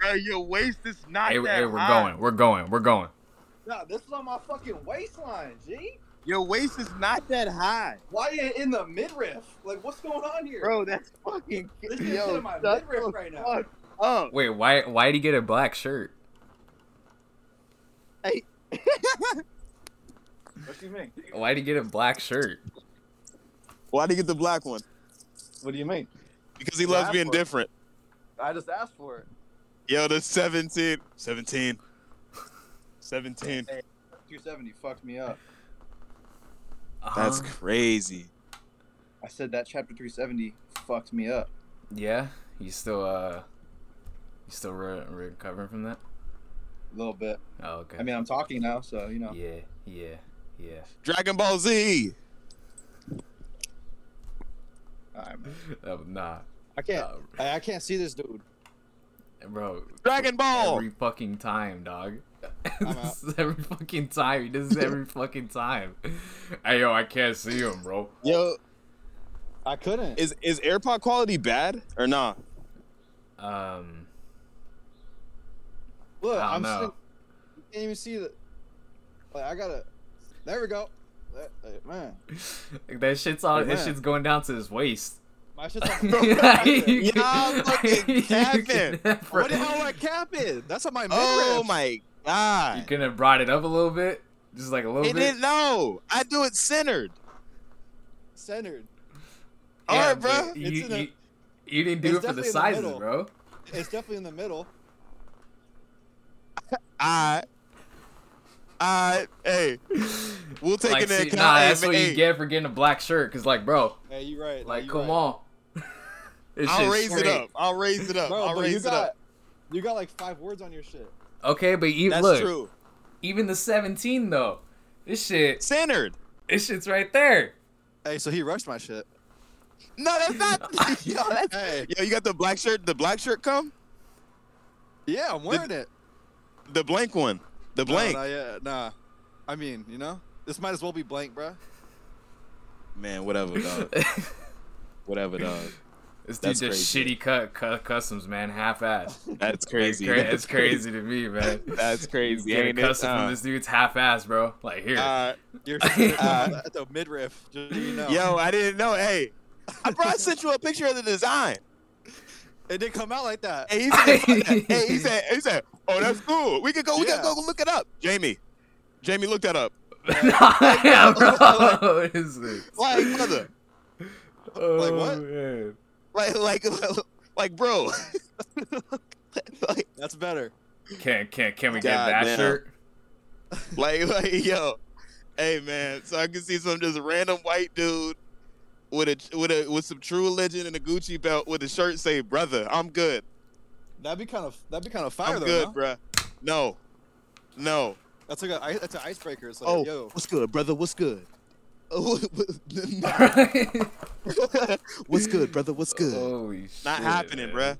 bro. Your waist is not Hey, that hey, we're high. going. We're going. We're going. Nah, this is on my fucking waistline, G. Your waist is not that high, Why you in the midriff? Like, what's going on here? bro. That's fucking. This is yo, in my shut midriff the right now. fuck up. Wait, why? Why did he get a black shirt? What do you mean? Why did he get a black shirt? Why'd he get the black one? What do you mean? Because he Black loves being one. different. I just asked for it. Yo, the 17. 17. 17. 270 fucked me up. That's Uh-huh. crazy. I said that chapter 370 fucked me up. yeah. You still uh, you still re- recovering from that? A little bit. Oh, okay. I mean, I'm talking now, so you know. yeah, yeah, yeah. Dragon Ball Z. I'm- Oh, nah, I can't. Nah, I, I can't see this dude. bro. Dragon Ball. Every fucking time, dog. I'm This is every fucking time. He does this every fucking time. Hey, yo, I can't see him, bro. Yo, I couldn't. is is AirPod quality bad or nah? Um, Look, I don't I'm know. sitting, you can't even see the. Like I gotta. There we go. That- like, man, Like, that shit's all. Hey, that man. shit's going down to his waist. my shit's on. You- Y'all fucking you capping. can- what the hell am I capping? That's on my midriff. Oh my You god! could have brought it up a little bit, just like a little It bit. didn't know. I do it centered. Centered. All right, but bro. You, It's in a- you, you didn't do it's it for the definitely in the sizes, middle. bro. It's definitely in the middle. I, I, hey, we'll take like, it into see, account. nah, that's hey, what hey, you get for getting a black shirt. Cause like, bro, Hey, you right. like, you come right. on. This I'll shit's raise it straight. up. I'll raise it up. bro. I'll but you raise it got, up. you got like five words on your shit. Okay, but you, That's look, true. even the 17 though, this shit, Centered. this shit's right there. Hey, so he rushed my shit. No, that's not. yo, that's, Hey, yo, you got the black shirt. The black shirt come. yeah, I'm wearing it. The blank one. The blank. No, nah, yeah, nah. I mean, you know, this might as well be blank, bro. Man, whatever, dog. whatever, dog. This dude That's just crazy. shitty cut, cut customs, man, half ass. That's crazy. It's crazy to me, man. That's crazy. Get a ain't it? custom Uh, from this dude's half ass, bro. Like here, uh, You're Uh, at the midriff. Just so you know. Yo, I didn't know. Hey, I brought sent you a picture of the design. it didn't come out like that. Hey, he said, hey, he said, he said, oh, that's cool. We could go. We Yeah. could go look it up. Jamie, Jamie, look that up. yeah, bro. what is this? Like, brother, Oh, like, what? man. like, like, like, bro. like, That's better. Can can can we get God that damn. shirt? like, like, yo, hey, man. So I can see some just random white dude with a with a with some True Religion and a Gucci belt with a shirt say, brother, I'm good. That'd be kind of that'd be kind of fire I'm though. good, no? bruh. No, no. That's like a i- that's an icebreaker. It's like, Oh, yo, what's good, brother? What's good? Oh, what's good, brother? What's good? Holy shit. Not happening, bruh. man.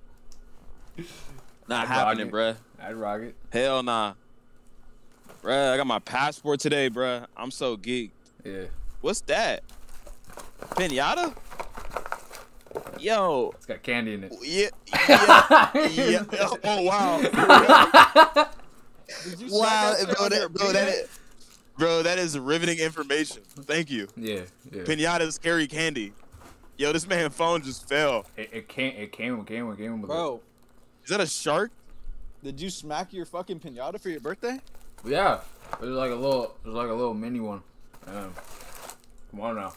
Not I dog happening, it. bruh. I'd rock it. Hell nah. Bruh, I got my passport today, bruh. I'm so geeked. Yeah. What's that? Pinata? Yo. It's got candy in it. Yeah. yeah, yeah. Oh, wow. did you wow. snap Bro, on your that, bro, that opinion? is, bro, that is riveting information. Thank you. yeah. Yeah. Pinatas carry candy. Yo, this man phone just fell. It, it can't. It came. It came. It came with Bro, Is that a shark? did you smack your fucking pinata for your birthday? it. Yeah. It was like a little. It was like a little mini one. Um, come on now.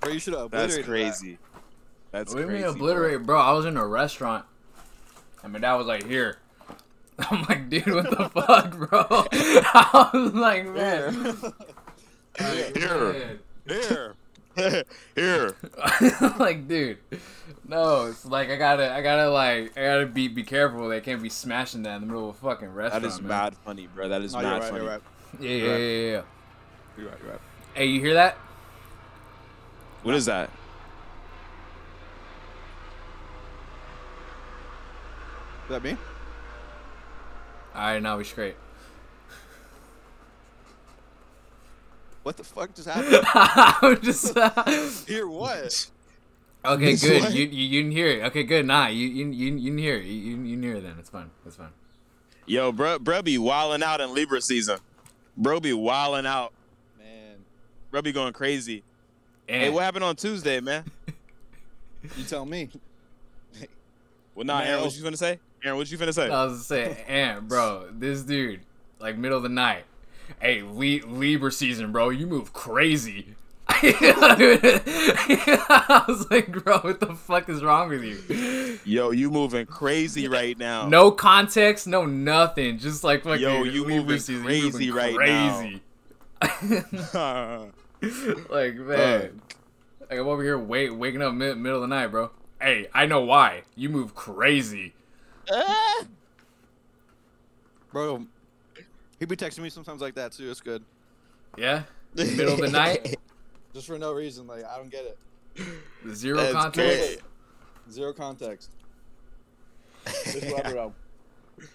Bro, you should have That's obliterated crazy. That's what do you crazy. mean obliterate, bro? I was in a restaurant, and my dad was like, "Here." I'm like, dude, what the fuck, bro? I was like, man. Like, Here. Here. Here. man. like, dude, no, it's like I gotta, I gotta, like, I gotta be, be careful. They can't be smashing that in the middle of a fucking restaurant. That is man. mad funny, bro. That is No, mad you're Oh, right, funny. you're right. Yeah, yeah, yeah, yeah. You're right, you're right. Hey, you hear that? What is that? Is that me? All right, now we straight. What the fuck just happened? I'm just. Hear what? Okay, This good. one? You, you you didn't hear it. Okay, good. Nah, you you you, you didn't hear it. You, you, you didn't hear it then. It's fine. It's fine. Yo, bruh, bruh be wilding out in Libra season. Bro be wilding out. Man, Bro be going crazy. And, Hey, what happened on Tuesday, man? you tell me. Well, nah, Aaron, No. what you finna say? Aaron, what you finna say? I was saying, and bro, this dude, like middle of the night. Hey, Le- Libra season, bro. You move crazy. I was like, bro, what the fuck is wrong with you? Yo, you moving crazy right now. No context, no nothing. Just like fucking Oh. Yo, you Libra moving season, crazy you right moving crazy. Uh. No. like man, like I'm over here wait waking up mid- middle of the night, bro. Hey, I know why you move crazy. Bro, he be texting me sometimes like that too. It's good. Yeah, middle of the night, Just for no reason. Like, I don't get it. zero That's context. good. Zero context. Just rub it up.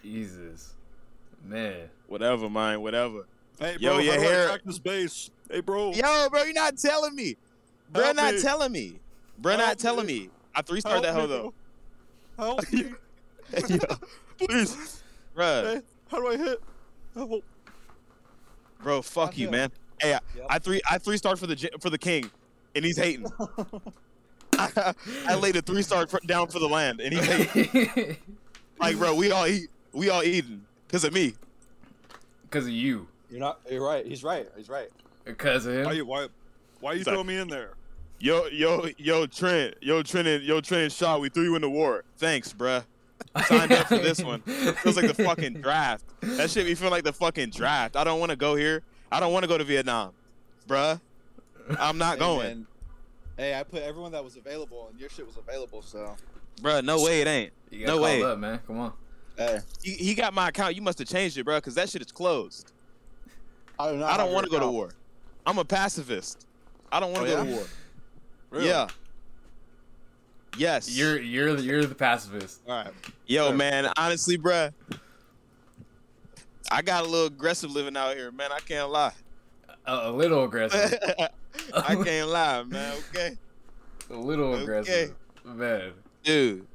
Jesus, man. Whatever, man, whatever. Hey, Yo, your hair- this base? Hey, bro. Yo, bro, you're not telling me. Bro, Help not me. telling me. Bro, Help not telling me. me. I three star that hoe though. Help me. Yo, please, bro, how do I hit? Help. bro, fuck you, Goddamn. man. Hey, I, Yep. I three, I three star for the j- for the king, and he's hating. I, laid a three star down for the land, and he's hating. Because like, bro, we all eat, we all eating because of me. of you. You're not. You're right. He's right. He's right. Because of him. Why you why why you He's like- throw me in there? Yo, yo, yo, Trent, yo, Trent, and, yo, Trent and Shaw, we threw you in the war. Thanks, bruh. Signed up for this one. Feels like the fucking draft. That shit me feel like the fucking draft. I don't want to go here. I don't want to go to Vietnam, bruh. I'm not Hey, going, man. Hey, I put everyone that was available, and your shit was available. So, bruh. No way, it ain't. You got No called way. up, man. Come on. hey, He, he got my account. You must have changed it, bruh, because that shit is closed. I don't know. I how don't want to you're go to out. war. I'm a pacifist. I don't want Oh, to go yeah? to war. Really? Yeah. Yes. You're you're you're the pacifist. All right. Yo, Sure. man, honestly, bruh, I got a little aggressive living out here, man. I can't lie. A, a little aggressive. I can't lie, man. Okay, a little Okay. aggressive. Man. dude.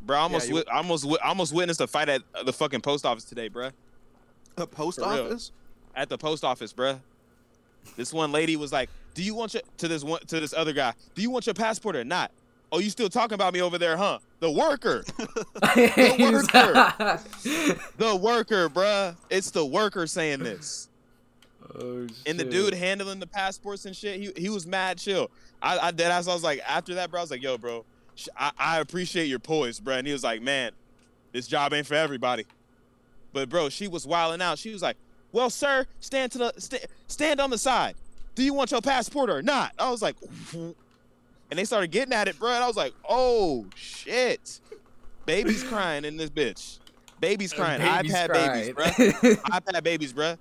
Bro, I almost, you- wit- I almost, wit- I almost witnessed a fight at uh, the fucking post office today, bruh. The post For real. office. At the post office, bruh. This one lady was like, "Do you want your to this one to this other guy? Do you want your passport or not? Oh, you still talking about me over there, huh? The worker, the worker, bruh. It's the worker saying this." oh, And the shit. dude handling the passports and shit, he, he was mad chill. I, I dead ass. I was like, after that, bro, I was like, yo, bro, sh- I, I appreciate your poise, bro. And he was like, man, this job ain't for everybody. But bro, she was wilding out. She was like, well, sir, stand to the sta stand on the side. Do you want your passport or not? I was like, and they started getting at it, bro. And I was like, oh shit, baby's crying in this bitch. Baby's crying. Baby's I've had babies, bro. crying. I've had babies, bruh.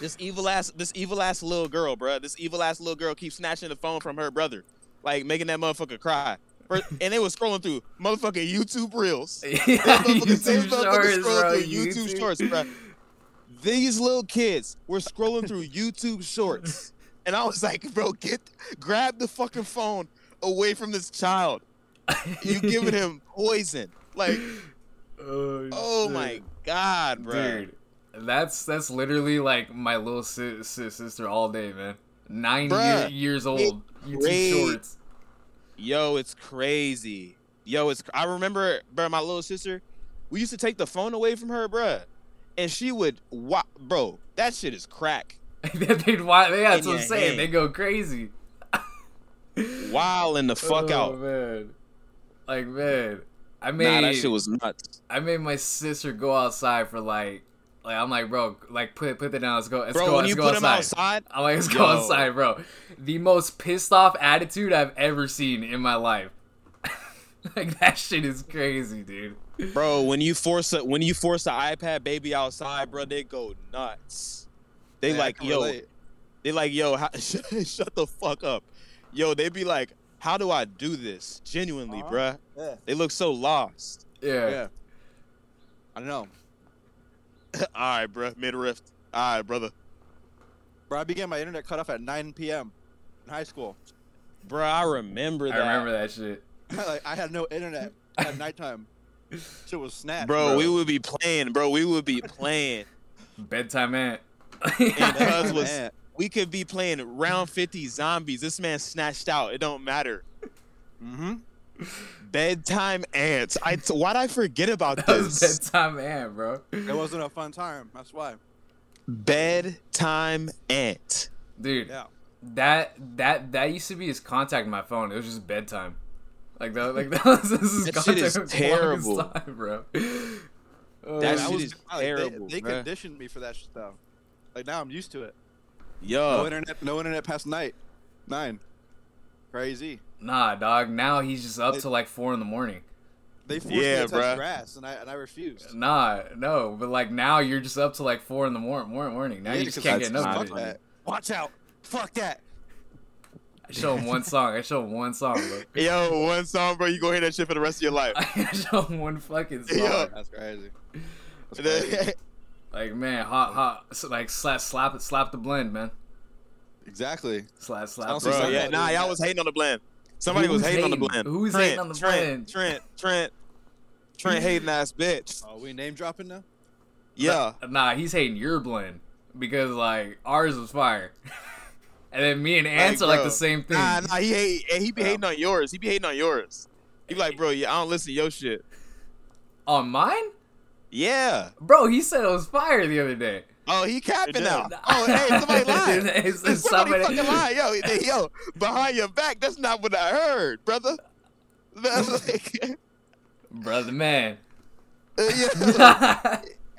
This evil ass, this evil ass little girl, bruh. This evil ass little girl keeps snatching the phone from her brother, like making that motherfucker cry. Bruh, And they was scrolling through motherfucking YouTube reels. Yeah, That motherfucker- that YouTube motherfucker shorts, scroll bro. through YouTube shorts, bro. These little kids were scrolling through YouTube shorts, and I was like, bro, get, grab the fucking phone away from this child. You giving him poison? Like, Oh, oh my shit. god, bruh. dude, that's that's literally like my little si- si- sister all day, man. Nine Bruh, year, years old, YouTube great. shorts. Yo, it's crazy. Yo, it's. I remember, bro, my little sister. We used to take the phone away from her, bruh, and she would. Wa- bro, that shit is crack. They'd watch. Yeah, that's In what I'm your saying. hand. They go crazy. Wild in the fuck oh, out. man. Like man, I made Nah, that shit was nuts, I made my sister go outside for like like I'm like bro like put put that down. Let's go. Let's bro. go. when Let's you go put him outside, outside. I'm like, let's go Yo. outside, bro. The most pissed off attitude I've ever seen in my life. like that shit is crazy, dude. bro. When you force a, when you force the iPad baby outside, bro, they go nuts. They Hey, I like, can yo, relate. They like, yo, how, shut, shut the fuck up. Yo, they be like, how do I do this? Genuinely, Uh-huh. bruh. Yeah. They look so lost. Yeah. Yeah. I know. All right, bruh. Mid rift. All right, brother. Bro, I began my internet cut off at 9 p.m. in high school. Bro, I remember I that. remember that shit. like, I had no internet at nighttime. Shit was snapped. Bro, we would be playing, bro. We would be playing. Bedtime ant. Yeah, Cuz was- Man. we could be playing round 50 zombies. This man snatched out. It don't matter. Mhm. Bedtime ants. I t- why'd I forget about that was this? bedtime ant, bro. It wasn't a fun time. That's why. Bedtime ant. Dude, Yeah. that that that used to be his contact in my phone. It was just bedtime. Like that, like that was this is That shit contact is for the longest terrible. time, bro. That Oh, Dude, I shit was- is I- they- terrible, They, bruh. conditioned me for that stuff. Like now I'm used to it. No Yo, internet. No internet past night. Nine. Crazy. nah, dog. Now he's just up They- till like four in the morning. They forced Yeah, me to touch bruh. grass, and I and I refused. Nah, no, but like now you're just up till like four in the mor- mor- morning. Now Yeah, you just 'cause can't that's get enough fuck of it. that. Watch out! Fuck that! I show him one song. I show him one song, bro. yo, one song, bro. You gonna hear that shit for the rest of your life. I show him one fucking song. Yo. That's crazy. That's crazy. Yo, Like man, hot, hot. s- Like slap, slap it, slap the blend, man. exactly. Slap, slap. Sounds the bro, like blend. something yeah, that nah, we- y'all was hating on the blend. Somebody Who was was hating, on the hating? blend. Who was Trent, hating on the Trent, blend? Trent, Trent, Trent hating ass bitch. Oh, we name dropping now. Yeah, Nah, he's hating your blend because like ours was fire, and then me and Ants are like bro. the same thing. nah, nah, he hate, eh, he be hating on yours. He be hating on yours. He be like, bro, yeah, I don't listen to your shit. On mine, Yeah. bro, he said it was fire the other day. Oh, he capping Yeah. now. Oh, hey, somebody lying. It's- it's somebody, somebody- fucking lying, yo, they- yo, behind your back. That's not what I heard, brother. That's like, brother, man.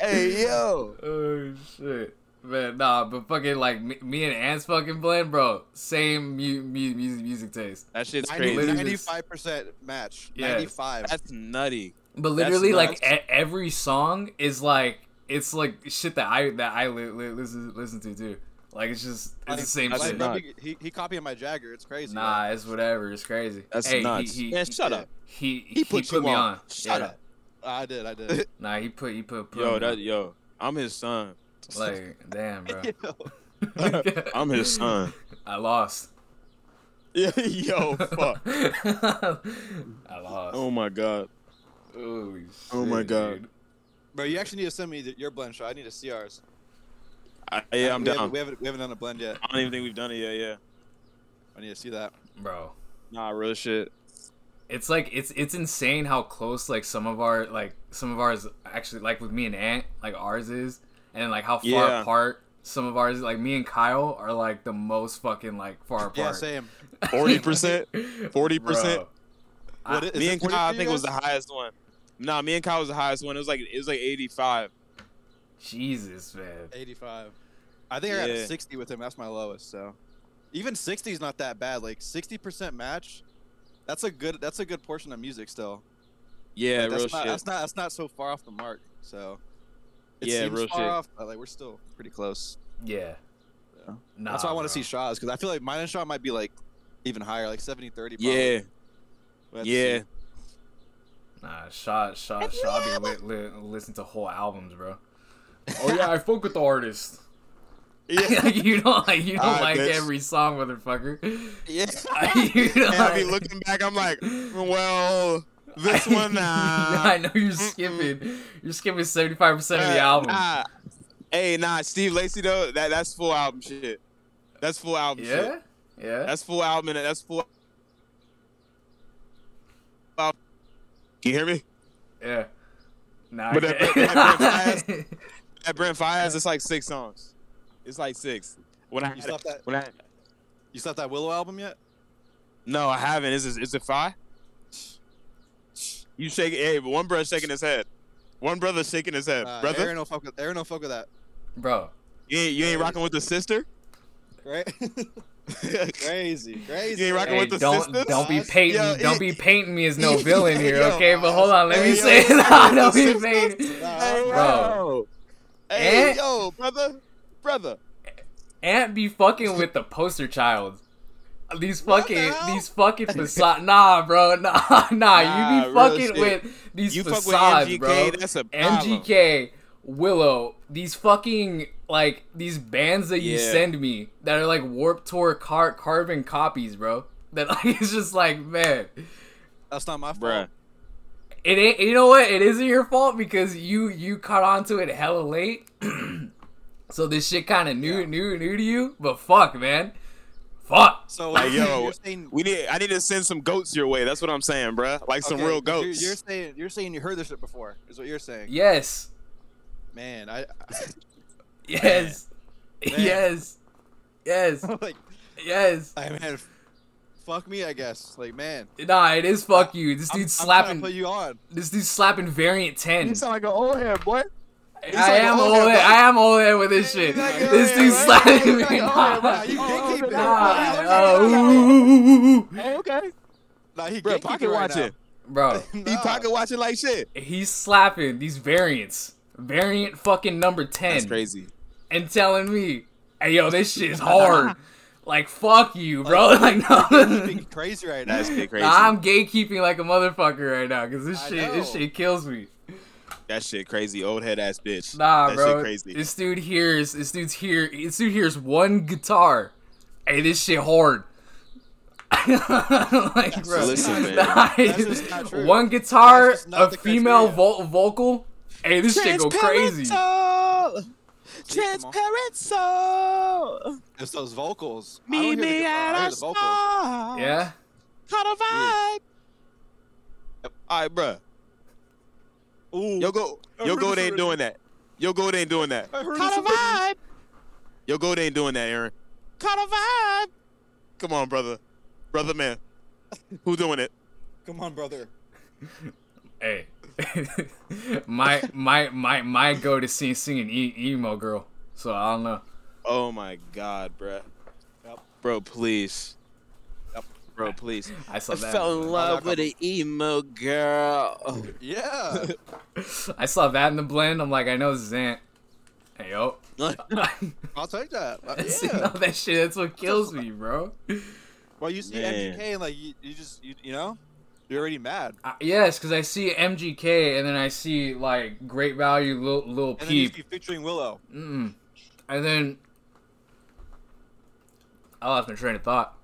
Uh, yeah. oh hey, yo. shit, man, nah, but fucking like me, me and Ants fucking blend, bro. Same mu- mu- music music taste, That shit's crazy. Ninety-five percent match. Yes. Ninety-five. That's nutty. but That's literally like nuts. e- every song is like it's like shit that I that I li- li- listen listen to too. Like it's just it's the same Like, That's shit. bro, nuts. he, he, he copying my Jagger. It's crazy. Nah, it's whatever. It's crazy. That's hey, nuts. He, he, Man, shut up. He he, He put you me on. on. Shut Yeah. up. I did. I did. Nah, he put he put, put Yo, me that on. yo, I'm his son. like damn, bro. I'm his son. I lost. yo, fuck. I lost. Oh my god. Holy Oh my shit, God. dude. Bro, you actually need to send me the, your blend show. I need to see ours. I, yeah, I'm we down. Haven't, we haven't we haven't done a blend yet. I don't even think we've done it yet. Yeah. I need to see that. bro. Nah, real shit. It's like it's it's insane how close like some of our like some of ours actually like with me and Ant like ours is, and like how far Yeah. apart some of ours like me and Kyle are like the most fucking like far apart. Yeah, same. 40%? 40%? Bro. I- What is- is me it and 40 Kyle, I for you think was the guys? highest one. Nah, me and Kyle was the highest one. It was like it was like 85. Jesus, man. 85. I think I got Yeah. a 60 with him. That's my lowest. So, even 60 is not that bad. Like 60% match. That's a good. That's a good portion of music still. Yeah, Like, real that's not, shit. That's not. That's not so far off the mark. So. It Yeah, seems real far shit. off, but like we're still pretty close. Yeah. Yeah. Nah, that's why I want bro. to see Shaw's because I feel like mine and Shaw might be like even higher, like 70 30. yeah, yeah. Nah, Shaw, Shaw, Shaw be li- li- listen to whole albums, bro. Oh yeah, I fuck with the artist. Yeah. like you don't like you don't Alright, like bitch. every song, motherfucker. Yeah. you don't and I be like- looking back, I'm like, well, this one uh, I nah. know you're skipping. You're skipping seventy five percent of the album. Uh, Nah. Hey, nah, Steve Lacy though, that that's full album shit. That's full album shit. yeah, yeah. That's full album. and That's full. Can you hear me? yeah. Nah, But I that- can't. that- that- At Brent Fires, it's like six songs. It's like six. When I You stopped that. when I You stopped that Willow album yet? no, I haven't. Is it, is it five? You shake. Hey, but one brother shaking his head. One brother shaking his head. Nah, brother, Aaron don't fuck with Aaron don't fuck with that, bro. you ain't, you ain't rocking with the sister. right? you crazy, crazy. ain't rocking Hey, with the don't sisters. don't be painting Yo, don't it- be painting me as no villain here, Yo. okay? But hold on, let Hey, me yo, say you that. rocking Don't with be the sisters? painting. Hey, Bro. yo. Hey, And- yo, brother, brother. Ant be fucking with the poster child. These What the fucking hell? these fucking facade. Nah, bro. Nah, nah. Nah, you be real fucking shit. with these You fuck with facades, MGK. bro. That's a problem. MGK, Willow, these fucking like these bands that you Yeah. send me that are like Warp Tour car- carbon copies, bro. That like it's just like man, That's not my fault. Bruh. it ain't. You know what? It isn't your fault because you you caught onto it hella late. so this shit kind of new new new to you. But fuck, man, fuck. So Like, you're yo, saying- We need. I need to send some goats your way. That's what I'm saying, bruh. Like some okay, real you're- goats. You're, saying you're saying you heard this shit before. Is what you're saying. Yes, Man, I yes, Man. yes, yes, like yes. I man, f- fuck me. I guess like man, Nah, it is fuck you. This I'm- dude's I'm trying to slapping. put you on. This dude's slapping variant ten. like an old head, boy. like I am an old old. head, I am old head with this shit. like an This old dude's head, right? slapping He's me. like an old Nah, head, wow, you Oh, gatekeeping. nah, Nah, uh, ooh, ooh, ooh, ooh. Okay. nah, Bruh, he gatekeeping pocket right watching. bro. now. He Nah. pocket watching like shit. he's slapping these variants, variant fucking number That's ten, crazy. and telling me, "Hey, yo, this shit is hard." like, fuck you, bro. Like, no, Gatekeeping crazy right now. That's crazy. Nah, I'm gatekeeping like a motherfucker right now because this I shit, this know. shit kills me. That shit crazy. Old head ass bitch. Nah, that bro. Shit crazy. This dude hears, this dude's here, this dude hears one guitar. Hey, this shit hard. like, bro, Listen, man. nah, That's just not true. one guitar, That's just not a the female criteria. vo- vocal. Hey, this shit go crazy. soul. Transparent soul. It's those vocals. I don't hear the guitar, I hear the vocals. star. Yeah. How the vibe. All right, bruh. Ooh, Yo go. I Yo heard go. this ain't already. doing that. Yo go. ain't doing that. I heard this already. Yo go. ain't doing that, Aaron. Kind of vibe. Come on, brother. Brother man. Who doing it? Come on, brother. Hey, my my my my go to see singing e- emo girl. So I don't know. Oh my God, bruh. Yep. Bro, please. Bro, please. I saw that. in love with an emo girl. Yeah. I saw that in the blend. I'm like, I know Zant. Hey yo. See, I'll take that. Uh, no, yeah. that shit. That's what kills me, bro. Well, you see Man. MGK and like you, you just you, you know you're already mad. I, yes, because I see MGK and then I see like Great Value, Lil, Lil And then you Peep, see featuring Willow. Mm. and then I lost my train of thought.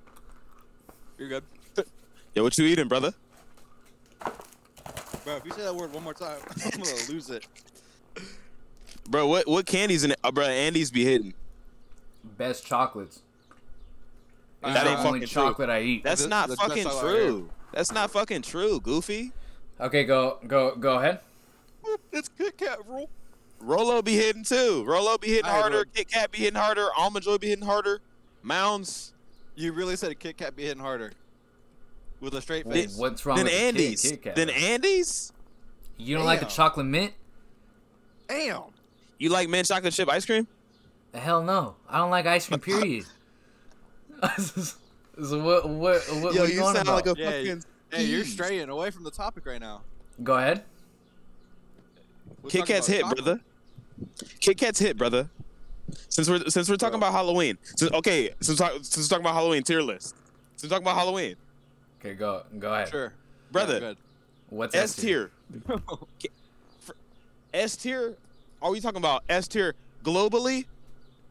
You're good. Yo, what you eating, brother? Bro, if you say that word one more time, I'm gonna lose it. Bro, what what candies in it? Uh, bro, Andy's be hitting. Best chocolates. It's That the ain't only fucking true. chocolate I eat. That's That's- not that's- fucking that's all I heard. true. That's not fucking true, Goofy. Okay, go go go ahead. It's Kit Kat rule. Rolo be hitting too. Rolo be hitting I heard harder. one. Kit Kat be hitting harder. Almond Joy be hitting harder. Mounds. You really said a Kit Kat be hitting harder with a straight Wait, face. what's wrong then with the Kit- Andy's. Kit Kat? then Andy's. you don't like a Damn. chocolate mint? Damn. You like mint chocolate chip ice cream? The hell no. I don't like ice cream. Period. so what what what, Yo, what are you, you on sound about? like a Yeah, fucking. Hey, you're Jeez. straying away from the topic right now. Go ahead. We're Kit talking Kat's about hit, chocolate. brother. Kit Kat's hit, brother. Since we're since we're talking Bro. about Halloween. Since, okay, since talk- since we're talking about Halloween tier list. Since we're talking about Halloween, Okay, go go ahead. Sure. brother. Yeah, good. What's S S tier. K- for- S tier? Are we talking about S tier globally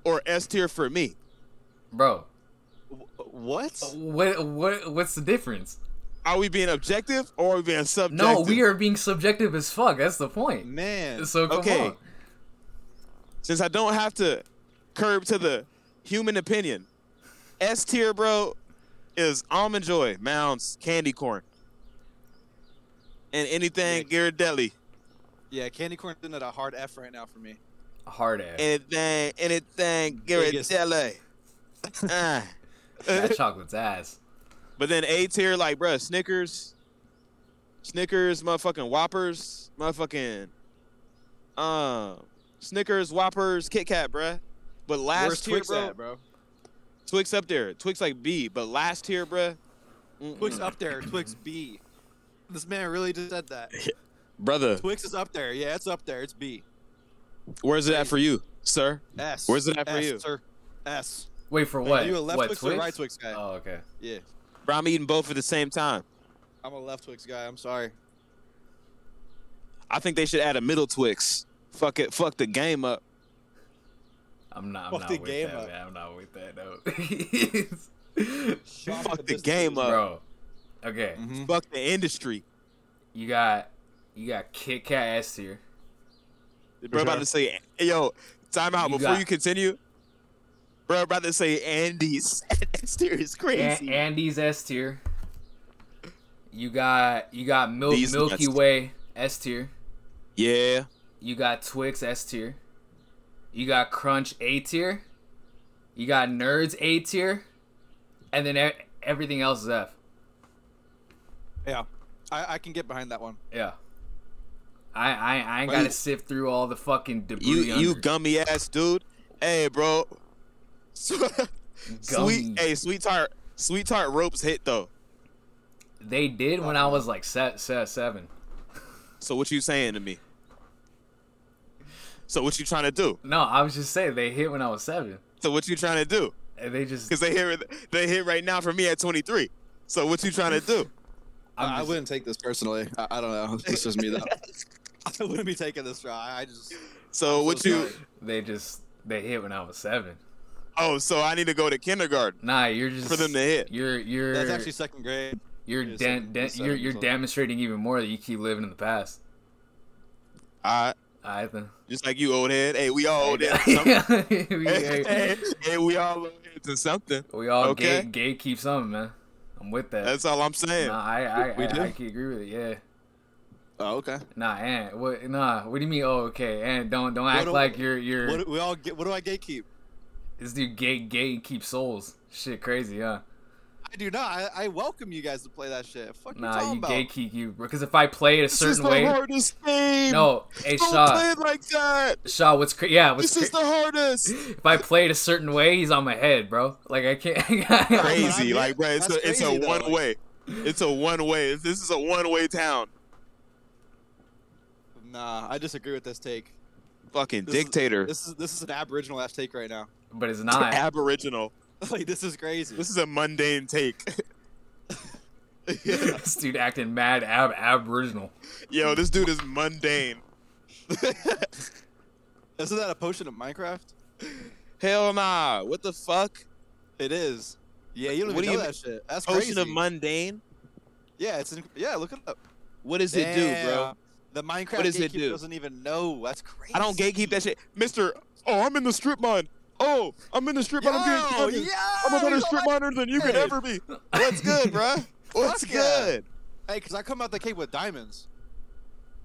or S tier for me? bro? Wh- Oh, What? What what what's the difference? Are we being objective or are we being subjective? No, we are being subjective as fuck. That's the point. Man. So come Okay. on. Since I don't have to curb to the human opinion, S tier, bro, is Almond Joy, Mounds, Candy Corn, and anything Ghirardelli. Yeah, candy corn's in at a hard F right now for me. Hard ass. Anything, anything Biggest. Ghirardelli. Ah. That chocolate's ass. But then A tier, like, bruh, Snickers, Snickers, motherfucking Whoppers, motherfucking, um, Snickers, Whoppers, Kit Kat, bruh. But last Where's tier, Twix bro, at, bro? Twix up there. Twix like B, but last tier, bruh. mm-mm. Twix up there. Twix B. This man really just said that. brother. Twix is up there. Yeah, it's up there. It's B. Where's it at for you, sir? S. Where's it at for S, you? Sir. S. Wait for Wait, what? Are you a left what, Twix, or a right Twix guy? Oh, okay. Yeah, Bro, I'm eating both at the same time. I'm a left Twix guy. I'm sorry. I think they should add a middle Twix. Fuck it, fuck the game up. I'm not. I'm Fuck not the with game that. up. Man. I'm not with that. No. Shot at Fuck the distance. game Uh, up. bro. Okay, mm. Mm-hmm. Fuck the industry. you got you got Kit Kat S tier. Bro, about to say, yo, time out. You Before got- you continue, bro, about to say Andy's exterior is An- crazy. Andy's S tier. You got you got Mil- These Milky nuts. Way S tier. yeah. You got Twix S tier. You got Crunch A tier. You got Nerds A tier, and then e- everything else is F. I, I can get behind that one. Yeah. I I, I ain't gotta sift through all the fucking debris. You you under. gummy ass dude. Hey, bro. sweet, Gummy. hey, sweet tart, sweet tart ropes hit though. They did when Uh-huh. I was like set set seven. So what you saying to me? So what you trying to do? No, I was just saying they hit when I was seven, So what you trying to do? and they just. Cause they hit with- they hit right now for me at 23. So what you trying to do? I'm I, I just- wouldn't take this personally. I, I don't know. It's just me though. I wouldn't be taking this. I, I just. So I'm what so you? sorry. They just they hit when I was seven. Oh, so I need to go to kindergarten Nah, you're just for them to hit. You're you're That's actually second grade. you're yeah, de- seven- de- seven you're years you're old. demonstrating even more that you keep living in the past. All right, I think. just like you, old head. Hey, we all old head. to something. we, hey, hey, hey, hey, we all old head to something. we all Okay. gate gate keep something, man. I'm with that. That's all I'm saying. nah, I I We I, do? I can agree with it. Yeah. Oh, okay. Nah, and what? Nah, what do you mean? Oh, okay. And don't don't act do- like you're you're What do we all get? What do I gatekeep? this dude gate gate keep souls. Shit, crazy, huh? I do not. I, I welcome you guys to play that shit. Fuck you Nah, talking you about? gatekeep you because if I play it a This is certain the way, hardest game. no, hey Don't play Shaw, it like that. Shaw, what's cra- yeah, what's This is cra- the hardest. if I play it a certain way, he's on my head, bro. Like I can't. I Crazy, mean. like bro, it's That's a, it's a crazy, though. one way. It's a one way. This is a one way town. Nah, I disagree with this take. Fucking This is- dictator. This is this is an Aboriginal ass take right now. but it's not. Aboriginal. like this is crazy. This is a mundane take. this dude acting mad ab aboriginal. Yo, this dude is mundane. Isn't that a potion of Minecraft? Hell nah. What the fuck? It is. Yeah, you don't What even do know you that shit. That's Ocean crazy. of mundane? yeah, it's in, yeah. Look it up. What does it do, bro? Damn. The Minecraft does it gatekeeper do? doesn't even know. That's crazy. I don't gatekeep that shit. Mister, oh, I'm in the strip mine. Oh, I'm in the strip Yo, mine. I'm getting yo, candy. I'm a better you know strip what? miner than you could Hey. ever be. What's good, bruh? What's Fuck yeah. good? Hey, cause I come out the cave with diamonds.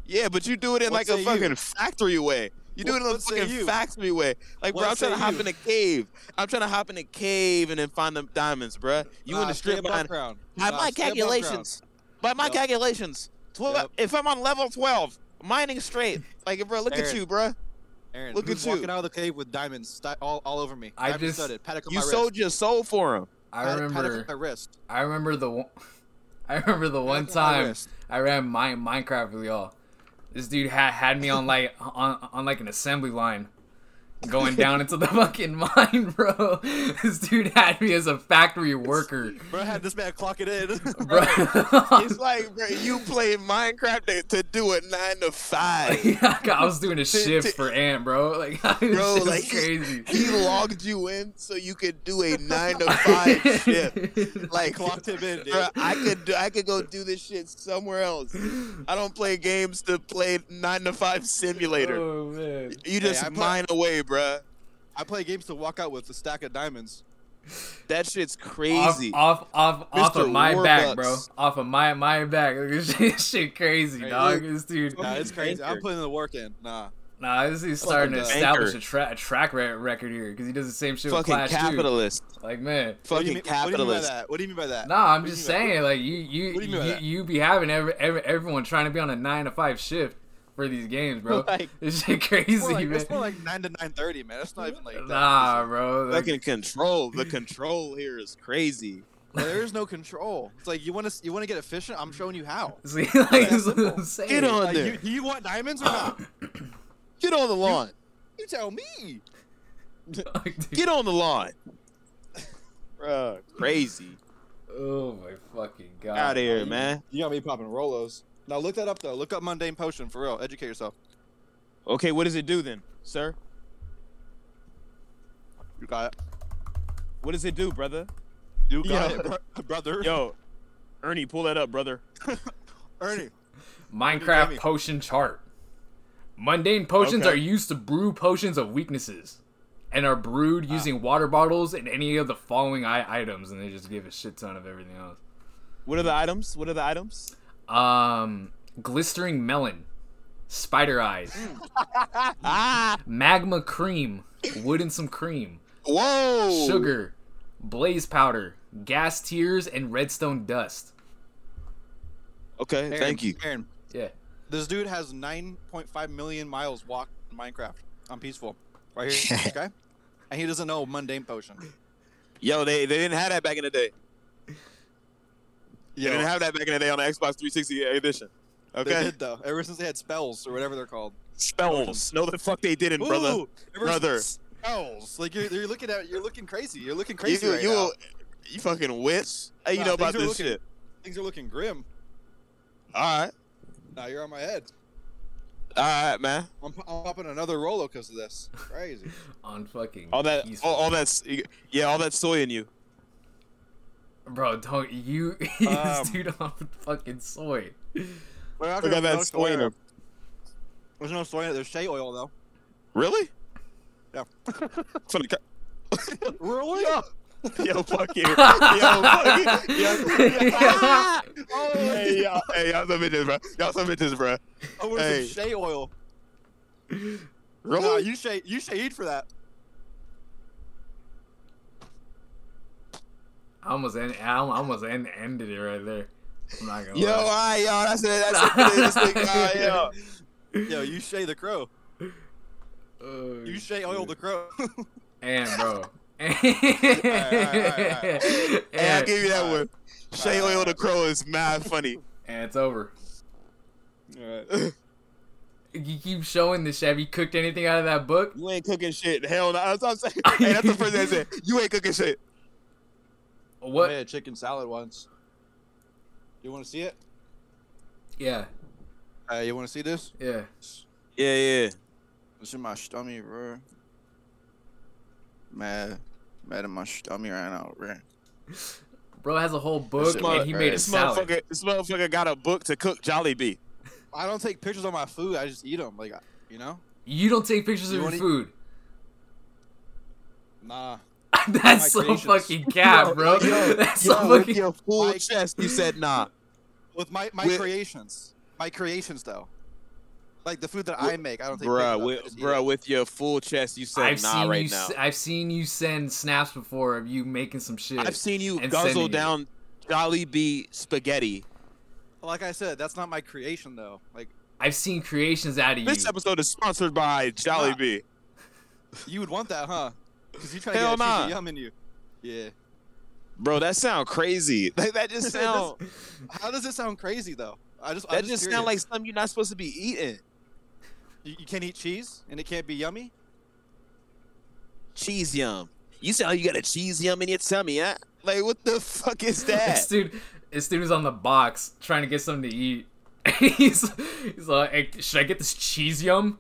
Yeah, but you do it in What like a say fucking factory way. You do What- it in a what say fucking you? factory way. Like, bro, What I'm trying to say hop you? in a cave. I'm trying to hop in a cave and then find them diamonds, bruh. You in Nah, the stay strip above mine. ground. By Nah, my stay above calculations, by my Yep. calculations, 12, Yep. if I'm on level 12, mining straight. Like, bro, look at Aaron. you, bruh. ground. Aaron, Look at who's you. walking out of the cave with diamonds sti- all, all over me. I Diamond just- studded, paddock on You my sold wrist. your soul for him. I Pad- paddock on remember. my wrist. I remember the. one- I remember the one Paddock on my time wrist. I ran my Minecraft with y'all. This dude had had me on like on on like an assembly line. Going down into the fucking mine, bro. This dude had me as a factory worker, Bro, I had this man clock it in. bro. It's like, bro, you play Minecraft to, to do a nine to five. Yeah, I was doing a shift for Ant, bro. Like, I was Bro, just like, crazy. He logged you in so you could do a nine to five shift. Like, Clocked him in, dude. Bro, I could do, I could go do this shit somewhere else. I don't play games to play nine to five simulator. Oh man, You just I put- mine away, bruh. I play games to walk out with a stack of diamonds. That shit's off, crazy. off, off, off of Mr. my back, bro. Warbucks. Off of my my back. Look, this shit, this shit crazy, Hey, dog. look. This dude, Nah, it's crazy. I'm Banker. putting the work in. Nah. nah, this dude's Fucking starting to banker. establish a, tra- a track re- record here because he does the same shit with Fucking Clash too. capitalist. Like, man, What do Fucking you mean- What do you mean by capitalist. that? What do you mean by that? nah, I'm What do just you mean by- saying, like, you you What do you mean by you, that? you be having every, every everyone trying to be on a nine to five shift for these games, bro. Like- this shit crazy, It's more like, man. it's more like nine to nine thirty, man. It's not even like that. nah, bro. Like, Fucking control. The control here is crazy. Like, there is no control. It's like you want to you want to get efficient. I'm showing you how. See, like, that's what I'm saying. Get on Like, there. you, do you want diamonds or not? Get on the lawn. you tell me. Like, dude. Get on the lawn. Bruh, crazy. Oh my fucking god. Out of here, man. You got me popping Rolos. Now look that up though. Look up mundane potion for real. Educate yourself. Okay, what does it do then, sir? You got it. What does it do, brother? You got Yeah. it, bro- brother. Yo, Ernie, pull that up, brother. Ernie. Minecraft me? potion chart. Mundane potions Okay. are used to brew potions of weaknesses and are brewed Ah. using water bottles and any of the following I- items, and they just give a shit ton of everything else. What are the items? What are the items? Um, glistering melon, spider eyes, Ah! magma cream, wood and some cream, Whoa! sugar, blaze powder, gas tears, and redstone dust. Okay, Aaron, thank you. Aaron, Yeah. this dude has 9.5 million miles walked in Minecraft on peaceful. Right here. this guy. And he doesn't know mundane potion. Yo, they, they didn't have that back in the day. They Yo. didn't have that back in the day on the Xbox 360 edition. They Okay? did though. Ever since they had spells or whatever they're called. Spells. No, the fuck they didn't, Ooh, brother. ever Brother. since Spells. Like you're, you're looking at you're looking crazy. You're looking You, crazy you, right you, now. you fucking wits. Hey, you Nah, know things about are this looking- shit. Things are looking grim. All right. Now you're on my head. All right, man. I'm, I'm popping another Rolo because of this. Crazy. On fucking All that, peaceful. all, all that's, yeah, all that soy in you. bro. Don't you this Um. dude on fucking soy. Look at that soy in him. There's no soy in it. There's shea oil though. Really? Yeah. From the Really? co- yo, fuck you. Yo, fuck you. Yo, Oh, hey, y'all, hey, y'all some bitches, bro. Y'all some bitches, bro. I want Hey. some shea oil. Really? Nah, you shea you shade for that. I almost end, I almost end, ended it right there. I'm not gonna Yo, all lie. right, y'all. That's it. That's it. for this thing, y'all, yo. Yo, you shea the crow. Oh, You shea oil the crow. and bro. and, alright, Hey, I'll give you that one. Shay Oil the Crow is mad funny. and it's over. Alright. You keep showing this. Have you cooked anything out of that book? You ain't cooking shit. Hell no. That's what I'm saying. hey, that's the first thing I said. You ain't cooking shit. I made What? a chicken salad once. You want to see it? Yeah, Uh, you want to see this? yeah. Yeah, yeah. It's in my stomach, bro. Mad, mad in my stomach right now, bro. Bro has a whole book, This and he made a This salad. motherfucker, this motherfucker got a book to cook Jollibee. I don't take pictures of my food. I just eat them, like I- you know. You don't take pictures You of your wanna eat- food. Nah. That's so creations. fucking cap, bro. That's so fucking. your full Like- chest, you said nah. With my my With- creations, my creations though. Like the food that I With- make, I don't take Bruh, pictures. with, bruh, with your full chest, you said I've nah seen right you. now. s- I've seen you send snaps before of you making some shit. I've seen you and guzzle sending it. down Jollibee spaghetti. Like I said, that's not my creation though. Like I've seen creations out of you. This episode is sponsored by Jollibee. you would want that, huh? Because you try to Hell get a cheesy nah. yum in you. Yeah. Bro, that sound crazy. Like, that just sound How does it sound crazy though? I just that I'm just just sound curious. like something you're not supposed to be eating. You, you can't eat cheese and it can't be yummy? Cheese yum. You sound like you got a cheese yum in your tummy, huh? Like what the fuck is This that? dude, this dude was on the box trying to get something to eat. he's, he's like, "Hey, should I get this cheese yum?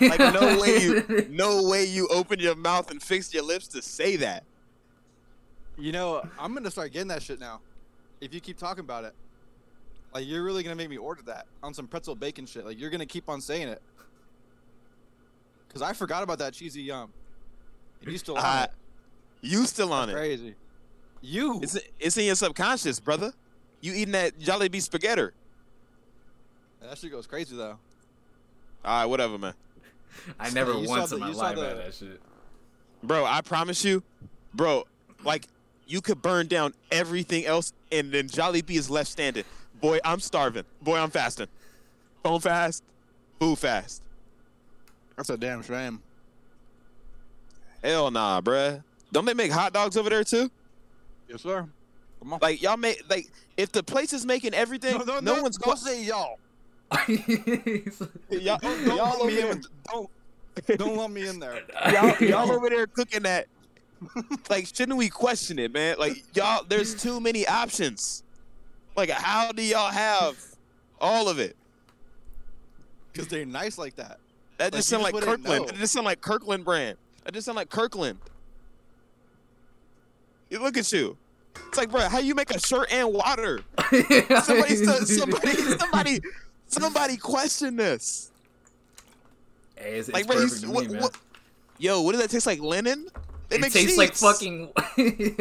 like no way you no way you open your mouth and fix your lips to say that. You know, I'm gonna start getting that shit now. If you keep talking about it, like you're really gonna make me order that on some pretzel bacon shit. Like you're gonna keep on saying it. Cause I forgot about that cheesy yum. And you still I- on You still on it. it. Crazy. You. It's it's in your subconscious, brother. You eating that Jollibee spaghetti. that shit goes crazy though. All right, whatever, man. I never You saw once in the- my you saw life the- had that shit. Bro, I promise you, bro, like you could burn down everything else and then Jollibee is left standing. Boy, I'm starving. Boy, I'm fasting. Phone fast, food fast. That's a damn shame. Hell nah, bruh. Don't they make hot dogs over there too? Yes, sir. Come on. Like y'all make like if the place is making everything, no, one's don't going. say y'all. Y'all, Don't, don't y'all lump over me there, in. Don't don't lump me in there. y'all, y'all over there cooking that. Like, shouldn't we question it, man? Like, y'all, there's too many options. Like, how do y'all have all of it? Cause they're nice like that. That Like, just you sound just like wouldn't Kirkland. know. That just sound like Kirkland brand. That just sound like Kirkland. You look at you. It's like, bro, how you make a shirt and water? Somebody, Somebody, somebody, somebody, somebody question this. Hey, it's, it's Like, bro, you, perfect to what, me, man. what, yo, what does that taste like? Linen? They it make tastes like sheets. fucking.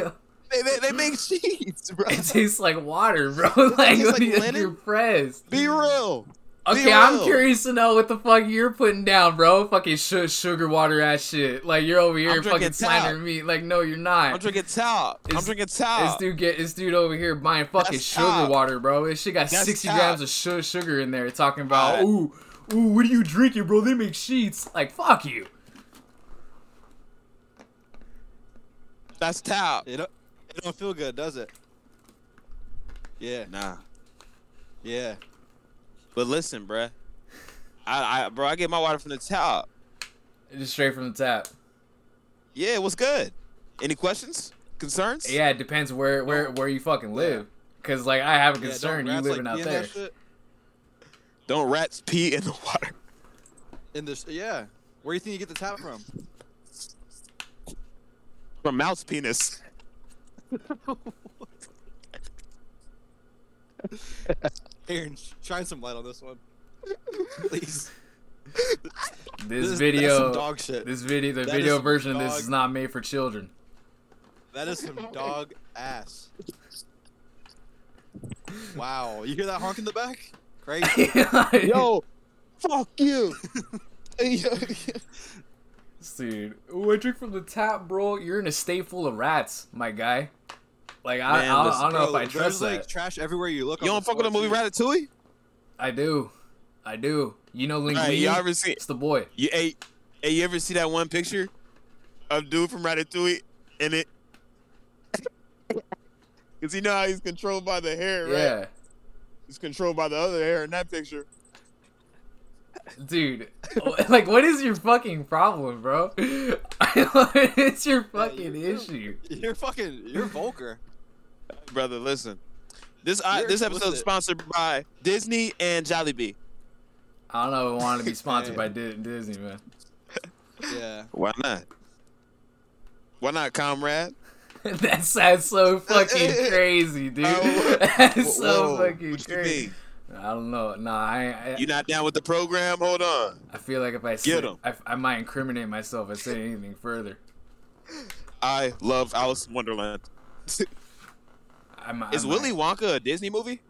They, they, they make sheets, bro. It tastes like water, bro. Doesn't it like, taste when like you- linen? you're pressed. Be real. Okay, Be I'm real. curious to know what the fuck you're putting down, bro. Fucking su- sugar water ass shit. Like you're over here I'm fucking drinking tap. slandering me. Like no, you're not. I'm drinking towel. I'm It's- drinking this towel. dude get this dude over here buying fucking That's sugar top. water, bro. This shit got That's 60 top. grams of su- sugar in there. Talking about Alright. ooh, ooh, what are you drinking, bro? They make sheets. Like fuck you. That's towel. It don't, it don't feel good, does it? Yeah, Nah. yeah. But listen, bruh. I, I, bro, I get my water from the tap. Just straight from the tap. Yeah, what's good? Any questions? Concerns? Yeah, it depends where where where you fucking live. Cause like I have a Yeah, don't concern you rats, living like, out pee in there. that shit? Don't rats pee in the water. In this, yeah. Where do you think you get the tap from? From mouse penis. Aaron, sh- shine some light on this one, please. This, is- That's some video, dog shit. this video, the That is video some version of this dog- is not made for children. That is some dog ass. Wow, you hear that honk in the back? Crazy. Yo, fuck you. Dude, ooh, I drink from the tap, bro. You're in a state full of rats, my guy. Like I, Man, I, I listen, don't know if I Bro, there's trust like that. trash everywhere you look. you on don't fuck with the floor, movie too. Ratatouille? I do, I do. You know Linguini? Alright, you ever see? it's the boy. You, hey, hey, you ever see that one picture of dude from Ratatouille in it? Cause you know how he's controlled by the hair, right? Yeah, He's controlled by the other hair in that picture. dude. like, what is your fucking problem, bro? what is your fucking you- issue? You're fucking. You're Volker. Brother, listen. This I, You're this episode is explicit. sponsored by Disney and Jollibee. I don't know. if I want to be sponsored by Di- Disney, man. Yeah. Why not? Why not, comrade? that sounds so fucking crazy, dude. Oh, That's so Whoa, fucking what you crazy. mean? I don't know. Nah, I, I You not down with the program? Hold on. I feel like if I Get said, 'em. I, I might incriminate myself if I say anything further. I love Alice in Wonderland. I might. Is I Willy might. Wonka a Disney movie?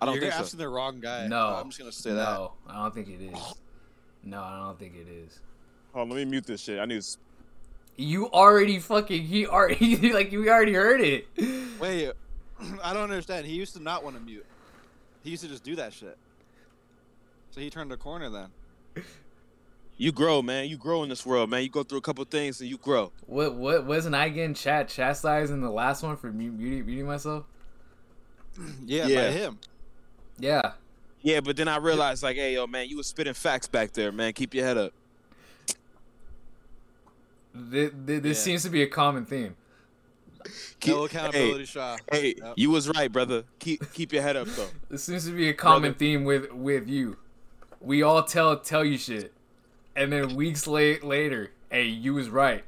I don't you're think so. asking the wrong guy. Oh, No. I'm just gonna say that. No, I don't think it is. No, I don't think it is. Hold on, let me mute this shit. I need. You already fucking he already like we already heard it. Wait, I don't understand. He used to not want to mute. He used to just do that shit. So he turned a corner then. You grow, man. You grow in this world, man. You go through a couple things and you grow. What what wasn't I getting chat chastised in the last one for mu- muting muting myself? Yeah, Yeah. by him. Yeah, Yeah, but then I realized, like, hey, yo, man, you was spitting facts back there, man. Keep your head up. Th- th- this Yeah. seems to be a common theme. Keep, No accountability, Shaw. Hey, hey, Yep. you was right, brother. Keep keep your head up, though. This seems to be a common Brother. theme with with you. We all tell tell you shit, and then weeks late later, hey, you was right.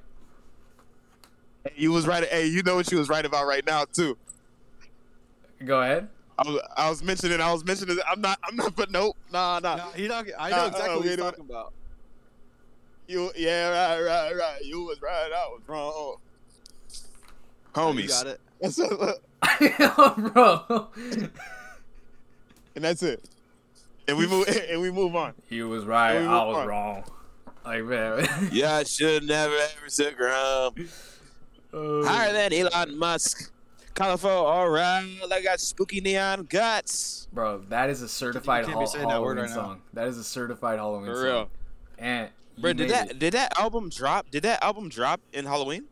Hey, you was right. Hey, you know what you was right about right now too. Go ahead. I was I was mentioning I was mentioning I'm not I'm not but nope nah nah No, he not, I Uh, know uh, exactly what we he's don't- talking about. you yeah right right right you was right I was wrong. You got Homies, it. bro. and that's it. And we move and we move on. He was right. Yeah, we I were was right. wrong. Like man. Yeah, I should never ever sit ground. Uh, Oh. Higher than Elon Musk. Colorful, all right. I got spooky neon guts. Bro, that is a certified can't ha- be saying that Halloween word right now. song. That is a certified Halloween For song. real. And you Bro, did made that it. did that album drop? Did that album drop in Halloween?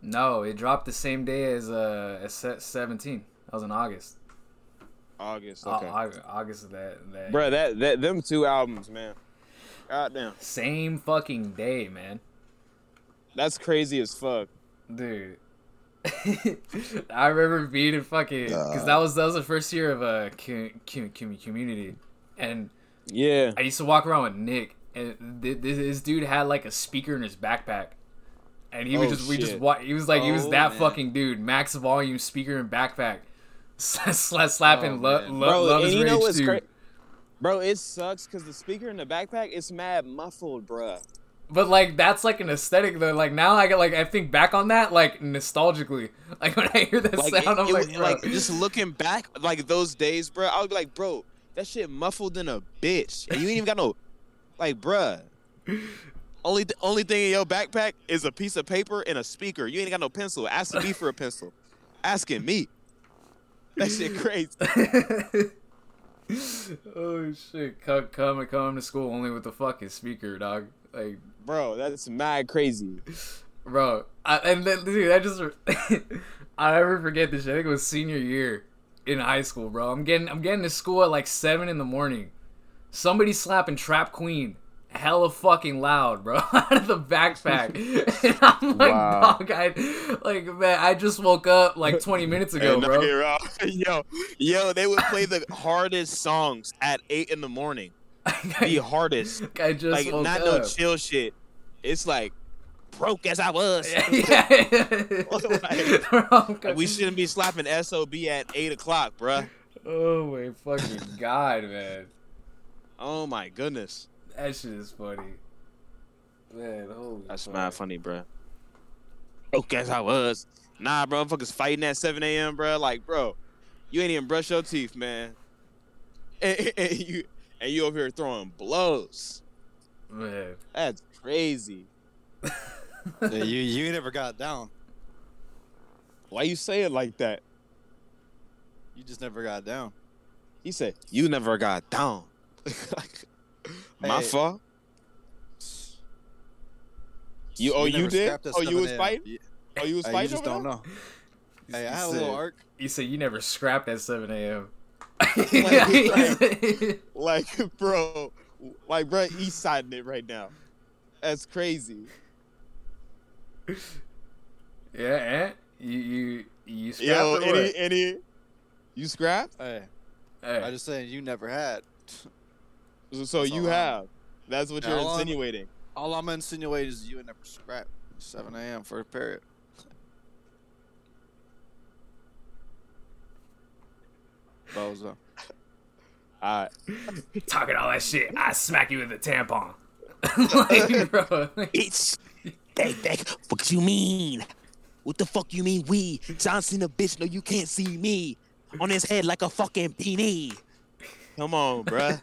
No, it dropped the same day as uh as se- 17. That was in August. August. Au- Au- August of that that Oh, Bruh, that, that them two albums, man. Goddamn, same fucking day, man. that's crazy as fuck. Dude. I remember being in fucking because that was that was the first year of uh, cu- cu- cu- community, and Yeah, I used to walk around with Nick, and th- th- this dude had like a speaker in his backpack, and he was Oh, just we just shit. wa- he was like he was Oh, that man. fucking dude, max volume speaker and backpack, Sla- slapping Oh, lo- man. Lo- love is rage too. cra- Bro, it sucks because the speaker in the backpack it's mad muffled, bruh. But like that's like an aesthetic though. Like now I get like I think back on that like nostalgically. Like when I hear that Like, sound, it- I'm it like, was- bro. just looking back, like those days, bruh, I would be like, bro, that shit muffled in a bitch, and you ain't even got no, like, bruh. Only th- only thing in your backpack is a piece of paper and a speaker. You ain't got no pencil. Asking me for a pencil, asking me. That shit crazy. oh shit! Come, come, come to school only with the fucking speaker, dog. Like, Bro, that's mad crazy. bro, I, and then, dude, I just I never forget this. Shit. I think it was senior year in high school, bro. I'm getting I'm getting to school at like seven in the morning. Somebody slapping Trap Queen. Hella fucking loud, bro, out of the backpack. and I'm like, Wow. dog, I, like, man, I just woke up like 20 minutes ago, And knock bro. it off. yo, yo, they would play the hardest songs at eight in the morning. The I, hardest, just like woke not up. no chill shit. It's like broke as I was. yeah. Like, Bro, Like, we shouldn't be slapping sob at eight o'clock, bruh. Oh my fucking god, man. Oh my goodness, That shit is funny. Man, holy that's fuck. mad funny, bruh. Broke as I was. Nah, bro, fuckers fighting at seven a.m., bruh. Like, bro, you ain't even brush your teeth, man. And, and you and you over here throwing blows. Man. That's crazy. Yeah, you you never got down. Why you say it like that? You just never got down. He said, You never got down. My Hey. fault. You oh you never did? scrapped at Oh you 7 was a.m. fighting? Oh you was Hey, you fighting? just over don't there? know. He Hey, I had a said- little arc. He said you never scrapped at 7 a.m. Like, bro, like bro, he's siding it right now. That's crazy. yeah, eh? You, you, you scrapped Yo, or any what? any you scrapped? Hey, Hey, I just saying you never had. So, so That's you all I- have. That's what Yeah, you're all I'm- insinuating. All I'm insinuating is you ain't never scrapped. 7 a.m. for a period. Bozo. All right. talking all that shit, I smack you with a tampon. like, bro. Bitch, Dang, dang. What you mean? What the fuck you mean we? John Cena, bitch, no, you can't see me. On his head like a fucking beanie. Come on, bruh.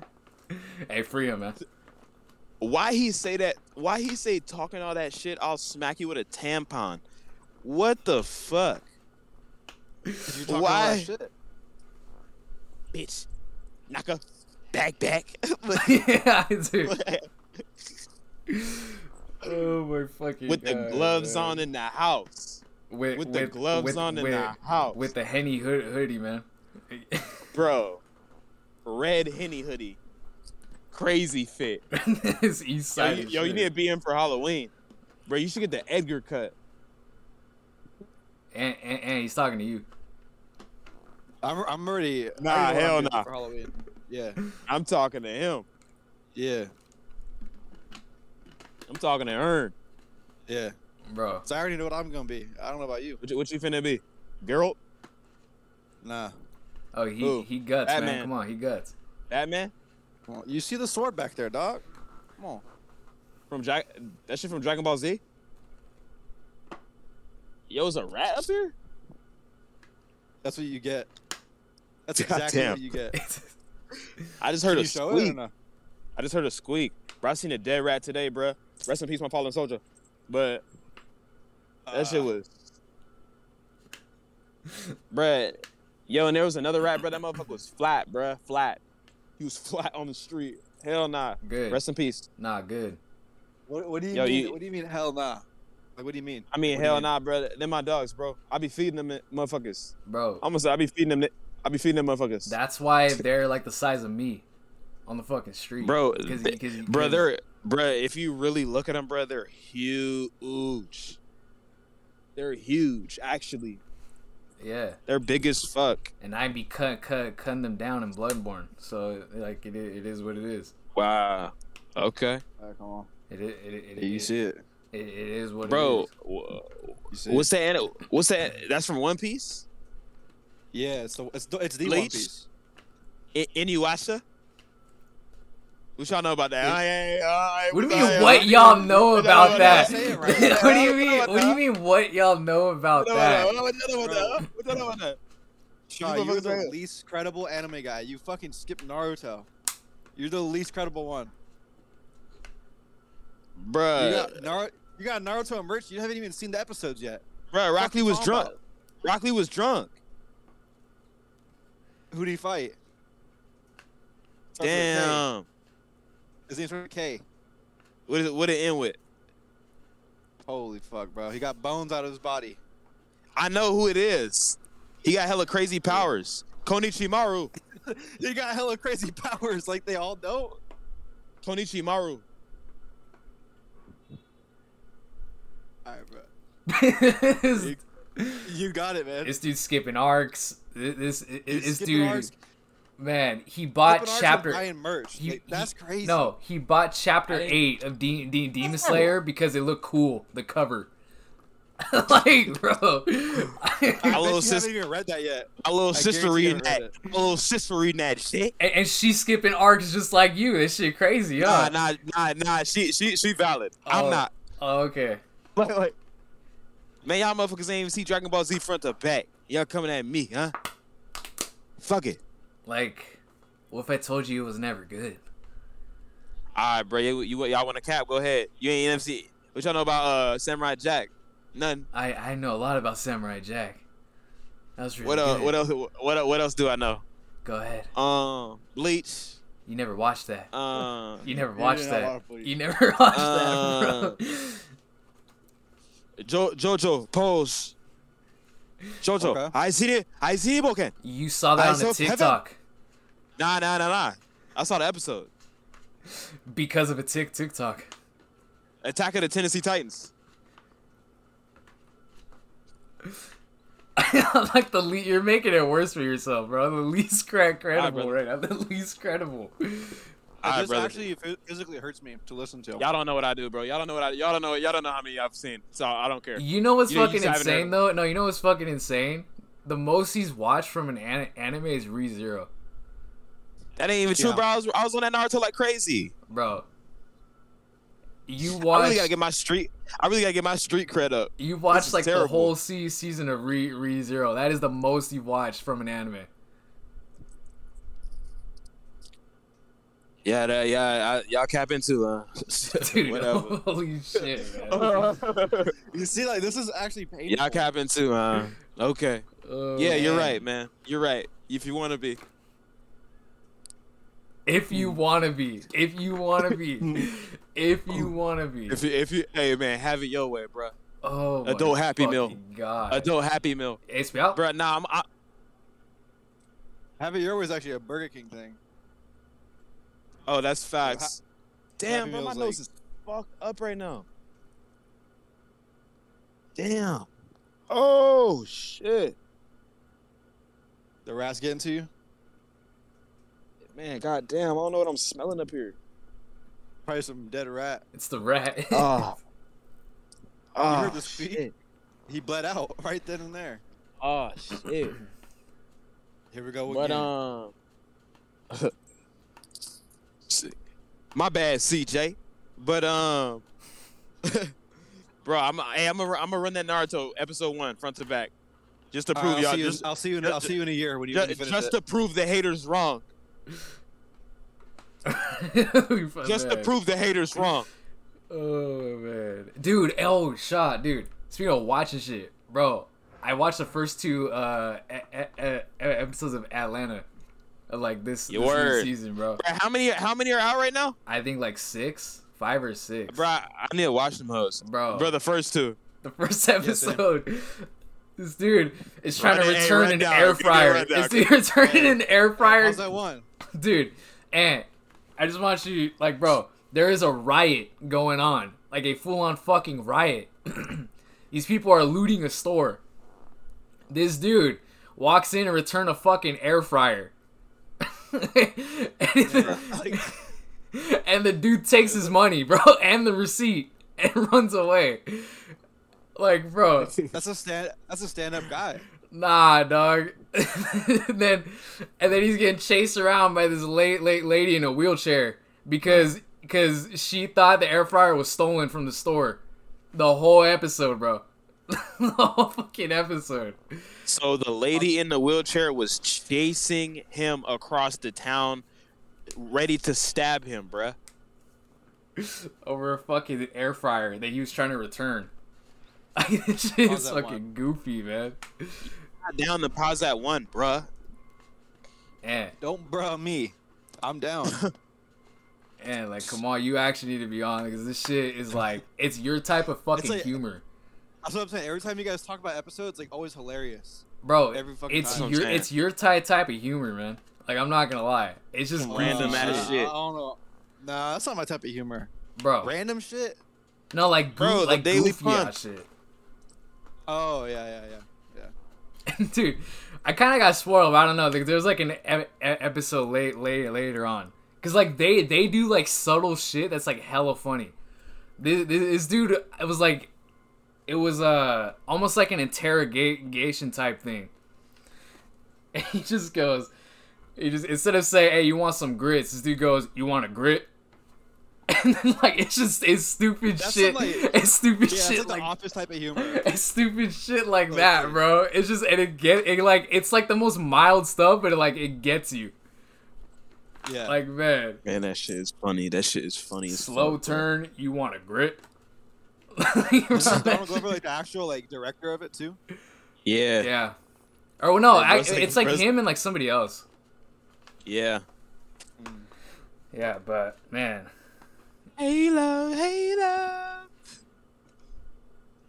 hey, free him, man. Why he say that? Why he say talking all that shit? I'll smack you with a tampon. What the fuck? You talking all Why? that shit? Bitch, Naka. back, back. yeah, dude. Oh my fucking with the God, gloves man. on in the house. with, With the gloves with- on in with- the house. with the henny hood, hoodie, man. Bro. Red henny hoodie. Crazy fit. it's East Yo, Side. you, and yo, you shit. need to be in for Halloween. Bro, you should get the Edgar cut. and, and, and he's talking to you. I'm, I'm already. I Nah, already know what hell I'm doing nah. For Halloween. Yeah, I'm talking to him. yeah, I'm talking to Earn. yeah. Bro, So I already know what I'm gonna be. I don't know about you. What you, what you finna be? Geralt? Nah. oh he Who? he guts, man. Batman. Come on, he guts. Batman? Come on. You see the sword back there, dog? Come on. From Jack that shit from Dragon Ball Z? Yo, is a rat up here? That's what you get. That's God exactly damn. what you get. I just heard Can a you show it or squeak. no? I just heard a squeak. Bro, I seen a dead rat today, bro. Rest in peace, my fallen soldier. But That Uh, shit was. Bruh. Yo, and there was another rat, bruh. That motherfucker was flat, bruh. Flat. He was flat on the street. Hell nah. good. Rest in peace. nah, good. What, what do you Yo, mean? you- What do you mean? Hell nah. Like, what do you mean? I mean, What do you hell mean? nah, bruh. They're my dogs, bro. I be feeding them motherfuckers. Bro, I'm gonna say I be feeding them. I be feeding them motherfuckers. that's why they're like the size of me on the fucking street. Bro, Because- th- because- bruh, because- they're bruh. If you really look at them, bruh, they're huge. They're huge, actually. Yeah, They're big as fuck. and I be cut, cut, cutting them down in Bloodborne. So, like, it, i- it is what it is. Wow. Okay. Alright, come on. It, i- it, i- it, you it- see it? It, it is what Bro, it wha- You see? what's that? ani- What's that? That's from One Piece. yeah, it's the it's the, it's the One Bleach? Piece. I- Inuyasha. What y'all know about that? Ah, yeah, yeah, ah, yeah, is. What do you ah, mean? yeah, What ah, y'all yeah, know ah, about yeah, that? ah, yeah, ah, What yeah, do you ah, mean? yeah, What do you mean? What y'all know about ah, that? yeah, ah, yeah, ah, yeah, ah, yeah, ah, yeah. Shaw, These motherfuckers you're right the here. least credible anime guy. You fucking skipped Naruto. You're the least credible one. You Bruh, got, Nar- you got Naruto and Rich. You haven't even seen the episodes yet. bruh, Rock Fuck Lee you was talking drunk. about? Rock Lee was drunk. Who do you fight? Starts with a K. Damn. His name's with a K. What is it? What it end with? Holy fuck, bro. He got bones out of his body. I know who it is. He got hella crazy powers. Konichimaru. He got hella crazy powers like they all don't. Konichimaru. All right, bro. this, You got it, man. this dude's skipping arcs. This this, He's this skipping dude, arcs- skipping man, he bought arcs and chapter. Buying merch. he- Like, that's he- crazy. No, he bought chapter I didn't- eight of De- De- Demon Slayer because it looked cool, the cover. like, bro, I My bet and, little you sis- haven't even read that yet. My little I sister guarantee I reading read that. My little sister reading that shit. and she's skipping arcs just like you. This shit crazy, huh? Nah, nah, nah, nah. She, she, she valid. Oh. I'm not. Oh, okay. Like, like, man, y'all motherfuckers ain't even see Dragon Ball Z front to back. Y'all coming at me, huh? Fuck it. Like, what if I told you it was never good? All right, bro. You, you, y'all want a cap? Go ahead. You ain't MC. What y'all know about uh, Samurai Jack? None. I I know a lot about Samurai Jack. That was really What uh, good. what else? What el- what else do I know? Go ahead. Um, Bleach. You never watched that. Um, You never watched not that. allowed to play. You never watched Uh, that, bro. jo- JoJo pose. JoJo. Okay. I see it. I see it. Okay. You saw that I on saw a Kevin- TikTok Nah, nah, nah, nah. I saw the episode. because of a tick TikTok. Attack of the Tennessee Titans. like the le- you're making it worse for yourself, bro. The least cra- credible brother. right now. The least credible. All right, this brother. actually phy- physically hurts me to listen to. Y'all don't know what I do, bro. Y'all don't know what I. Y'all don't know. Y'all don't know how many I've seen. So I don't care. You know what's You know, you fucking just haven't heard insane of- though? No, you know what's fucking insane? The most he's watched from an, an- anime is ReZero, That ain't even true, Yeah. bro. I was, I was on that Naruto like crazy. bro. You I watched really gotta get my street. I really gotta get my street cred up. you this watched is like the terrible. whole se- season of Re ReZero. That is the most you watched from an anime. Yeah, that, yeah. I, y'all cap into uh, Dude, whatever. holy shit, man. y'all You see, like this is actually painful. cap into uh, okay. Oh, Yeah, you're man. right, man. You're right. If you want to be, If you Mm. wanna be, if you wanna be, if you wanna be. Mm. if you, if you, hey man, have it your way, bro. Oh, my Adult Happy Meal. fucking God. Adult Happy Meal, Ace me out. bro. Nah, I'm. I, Have it your way is actually a Burger King thing. oh, that's facts. Damn, Happy bro, my Meal's like- nose is fucked up right now. Damn. Oh shit, The rats getting to you? man. God damn, I don't know what I'm smelling up here. Probably some dead rat. It's the rat. Oh. You Oh, heard the squeak? He bled out right then and there. oh shit. Here we go again. But um, um, my bad, CJ. But um, bro, I'm hey, I'm gonna I'm gonna run that Naruto episode one front to back, just to All prove right, I'll, y'all see you, just I'll see you. In, I'll see you in a year when you, when you just, finish just it. to prove the haters wrong, just to prove the haters wrong. Oh man, dude. Oh shot, dude. Speaking of watching shit, bro. I watched the first two uh, e- e- e- episodes of Atlanta, of, like this, this Your new word. season, bro. Bro, how many how many are out right now, I think like six, five or six, bro? I I need to watch them hoes, Bro. Bro, the first two. the first episode. this dude is trying to Run it, hey, return run an down. air Give me a fryer. run down. This dude returning an air fryer. How's that one? dude and i just want you like bro there is a riot going on like a full-on fucking riot these people are looting a store this dude walks in and return a fucking air fryer and, the, and the dude takes his money bro and the receipt and runs away. Like, bro, That's a stand. That's a stand-up guy. nah, dog. and then, and then he's getting chased around by this late, late lady in a wheelchair because because she thought the air fryer was stolen from the store. The whole episode, bro. the whole fucking episode. So the lady in the wheelchair was chasing him across the town, ready to stab him, bruh. over a fucking air fryer that he was trying to return. this shit How's is that fucking goofy, man. Not Down to pause that one, bruh. And Don't bruh me. I'm down. and like, come on, you actually need to be on because this shit is like, it's your type of fucking like- humor, That's what I'm saying. Every time you guys talk about episodes, like always hilarious. bro. Every fucking it's your time. That's what I'm it's your type type of humor, man. Like, I'm not gonna lie, it's just Random goofy ass Uh, shit, shit. I don't know. Nah, that's not my type of humor. bro. Random shit. No, like, Bro, bro, the like Daily goofy ass Punch. shit. Oh yeah, yeah, yeah. dude i kind of got spoiled but i don't know like, there's like an e- e- episode late later later on because like they they do like subtle shit that's like hella funny this, this, this dude it was like it was uh almost like an interrogation type thing and he just goes he just instead of saying hey you want some grits this dude goes you want a grit and then like it's just it's stupid That's shit some, like- it's stupid Yeah, shit it's like the office type of humor. it's stupid shit like that, bro. It's just and it get it like it's like the most mild stuff, but it, like it gets you. Yeah. Like man, Man, that shit is funny. That shit is funny. as slow fuck, bruh. turn. You want a grit? Isn't Donald Glover like the actual like director of it too? Yeah, yeah. yeah. Or well, no, Bro, I, that's like it's like impressive. him and like somebody else. Yeah, but man, Hey love, hey love.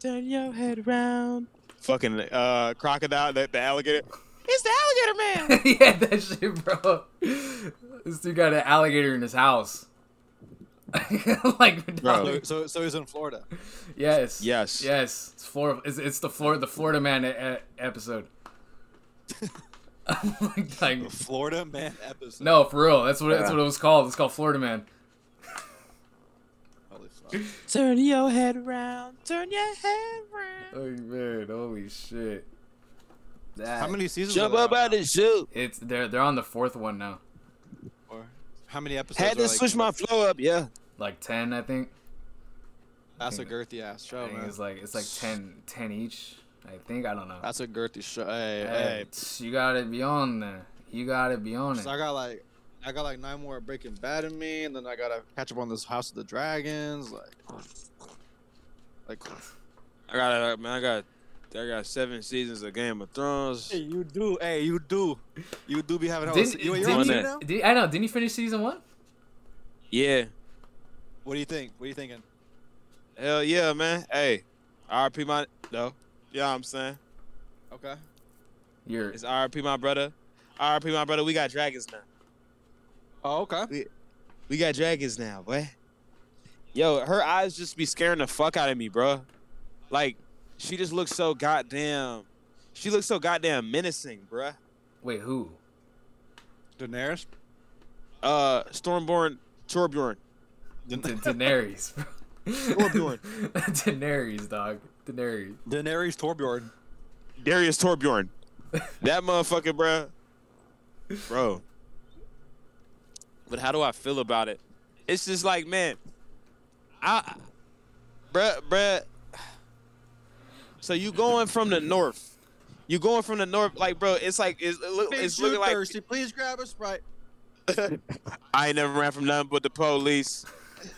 Turn your head round. Fucking uh, crocodile, that the alligator. It's the alligator man. yeah, that shit, bro. This dude got an alligator in his house. like, Bro. So, so, so he's in Florida. yes, Yes. yes. It's Florida. It's, it's the Florida, the Florida man e- e- episode. like, like, Florida man episode. no, for real. That's what that's what it was called. It's called Florida Man. Holy fuck. Turn your head round. Turn your head round. Oh man, holy shit! How many seasons? Jump are there up on out of the zoo. It's they're they're on the fourth one now, Or How many episodes? Had are, to like, switch my flow up, yeah. like ten, I think. That's a girthy ass show, I think Oh, man. it's like it's like 10, 10 each. I think I don't know. That's a girthy show. Hey, Hey, hey. tss, you gotta be on there. You gotta be on it. So I got like, I got like nine more Breaking Bad in me, and then I gotta catch up on this House of the Dragons. Like, like I got, uh, man, I got, I got seven seasons of Game of Thrones. you do. Hey, you do. You do be having. Didn't, you, didn't are on you- season now? did- I know. Didn't you finish season one? Yeah, What do you think? What are you thinking? hell yeah, man. Hey, RP my no. Yeah, I'm saying Okay. You're it's RP my brother. RP my brother. We got dragons now. Oh, okay. We got dragons now, boy. Yo, her eyes just be scaring the fuck out of me, bro. Like, she just looks so goddamn. She looks so goddamn menacing, bruh. wait who? Daenerys. Uh, Stormborn, Torbjorn. Da- Daenerys. bro. Torbjorn. Daenerys, dog. Daenerys. Daenerys Torbjorn. Darius Torbjorn. that motherfucker, bruh. Bro. But how do I feel about it? It's just like, man, I, bruh, bruh. So you going from the north? You going from the north, like, bro? It's like it's, it look, it's looking like thirsty. Please grab a sprite. I ain't never ran from nothing but the police.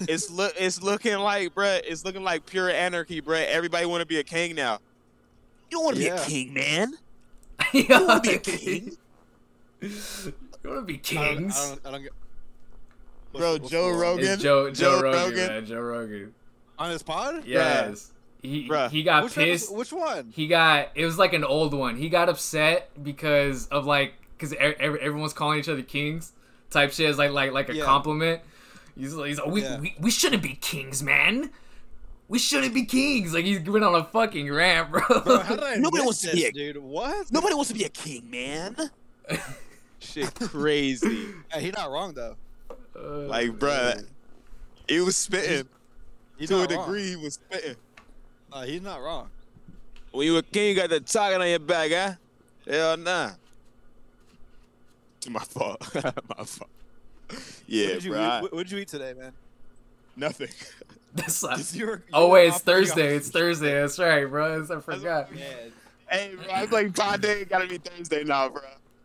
It's look, it's looking like, bruh, it's looking like pure anarchy, bruh. Everybody want to be a king now. You don't want to be Yeah. a king, man. you wanna be a king? You want to be I don't, kings? I don't, I don't get Bro, Joe Rogan. It's Joe, Joe, Joe Rogan, Rogan. man. Joe Rogan. on his pod. Yes. He, Bruh. he got Which, pissed. One, which one? He got, it was like an old one. He got upset because of like, e-, because everyone's calling each other kings type shit as like, like, like a Yeah. compliment. He's like, he's like we, Yeah. we, we shouldn't be kings, man. We shouldn't be kings. Like, he went on a fucking rant, bro. Bro, how did I Nobody miss wants to this, be a- dude? What? Nobody wants to be a king, man. Shit, crazy. Yeah, he not wrong though. Uh, like, bruh, it was spitting. He's to a not wrong. degree, he was spitting. Uh, he's not wrong. When you a king, you got the target on your back, huh? Hell nah. It's my fault. my fault. what, Yeah, did you, bro. I- what, what did you eat today, man? nothing. This sucks. You were- you Oh were wait, it's off pretty Thursday. It's Thursday. That's right, bro. I forgot. Hey, bro, I playing five days. Gotta be Thursday now, bro.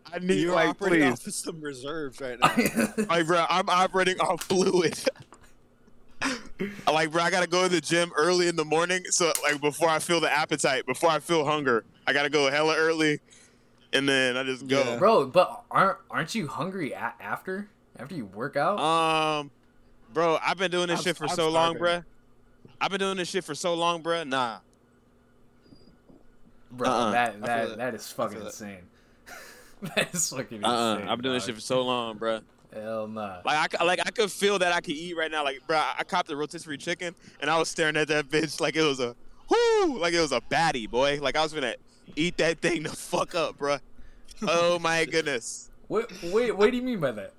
I often. need You're like, operating please. off of some reserves right now. Like, bro, I'm operating on fluid. like, bro, I gotta go to the gym early in the morning. So, like, before I feel the appetite, before I feel hunger, I gotta go hella early, and then I just go. bro, but aren't aren't you hungry a- after after you work out? Um, bro, I've been doing this I'm- shit for I'm so long, bro. starving. I've been doing this shit for so long, bro. Nah, bro, uh-uh. that I that feel it. that is fucking feel it. insane. that is fucking uh, uh insane. I've been doing this shit dog. for so long, bro. Hell nah. Like I, c- like I could feel that I could eat right now. Like, bro, I copped a rotisserie chicken and I was staring at that bitch like it was a whoo, like it was a baddie, boy. Like I was gonna eat that thing the fuck up, bro. Oh my goodness. What wait what do you mean by that?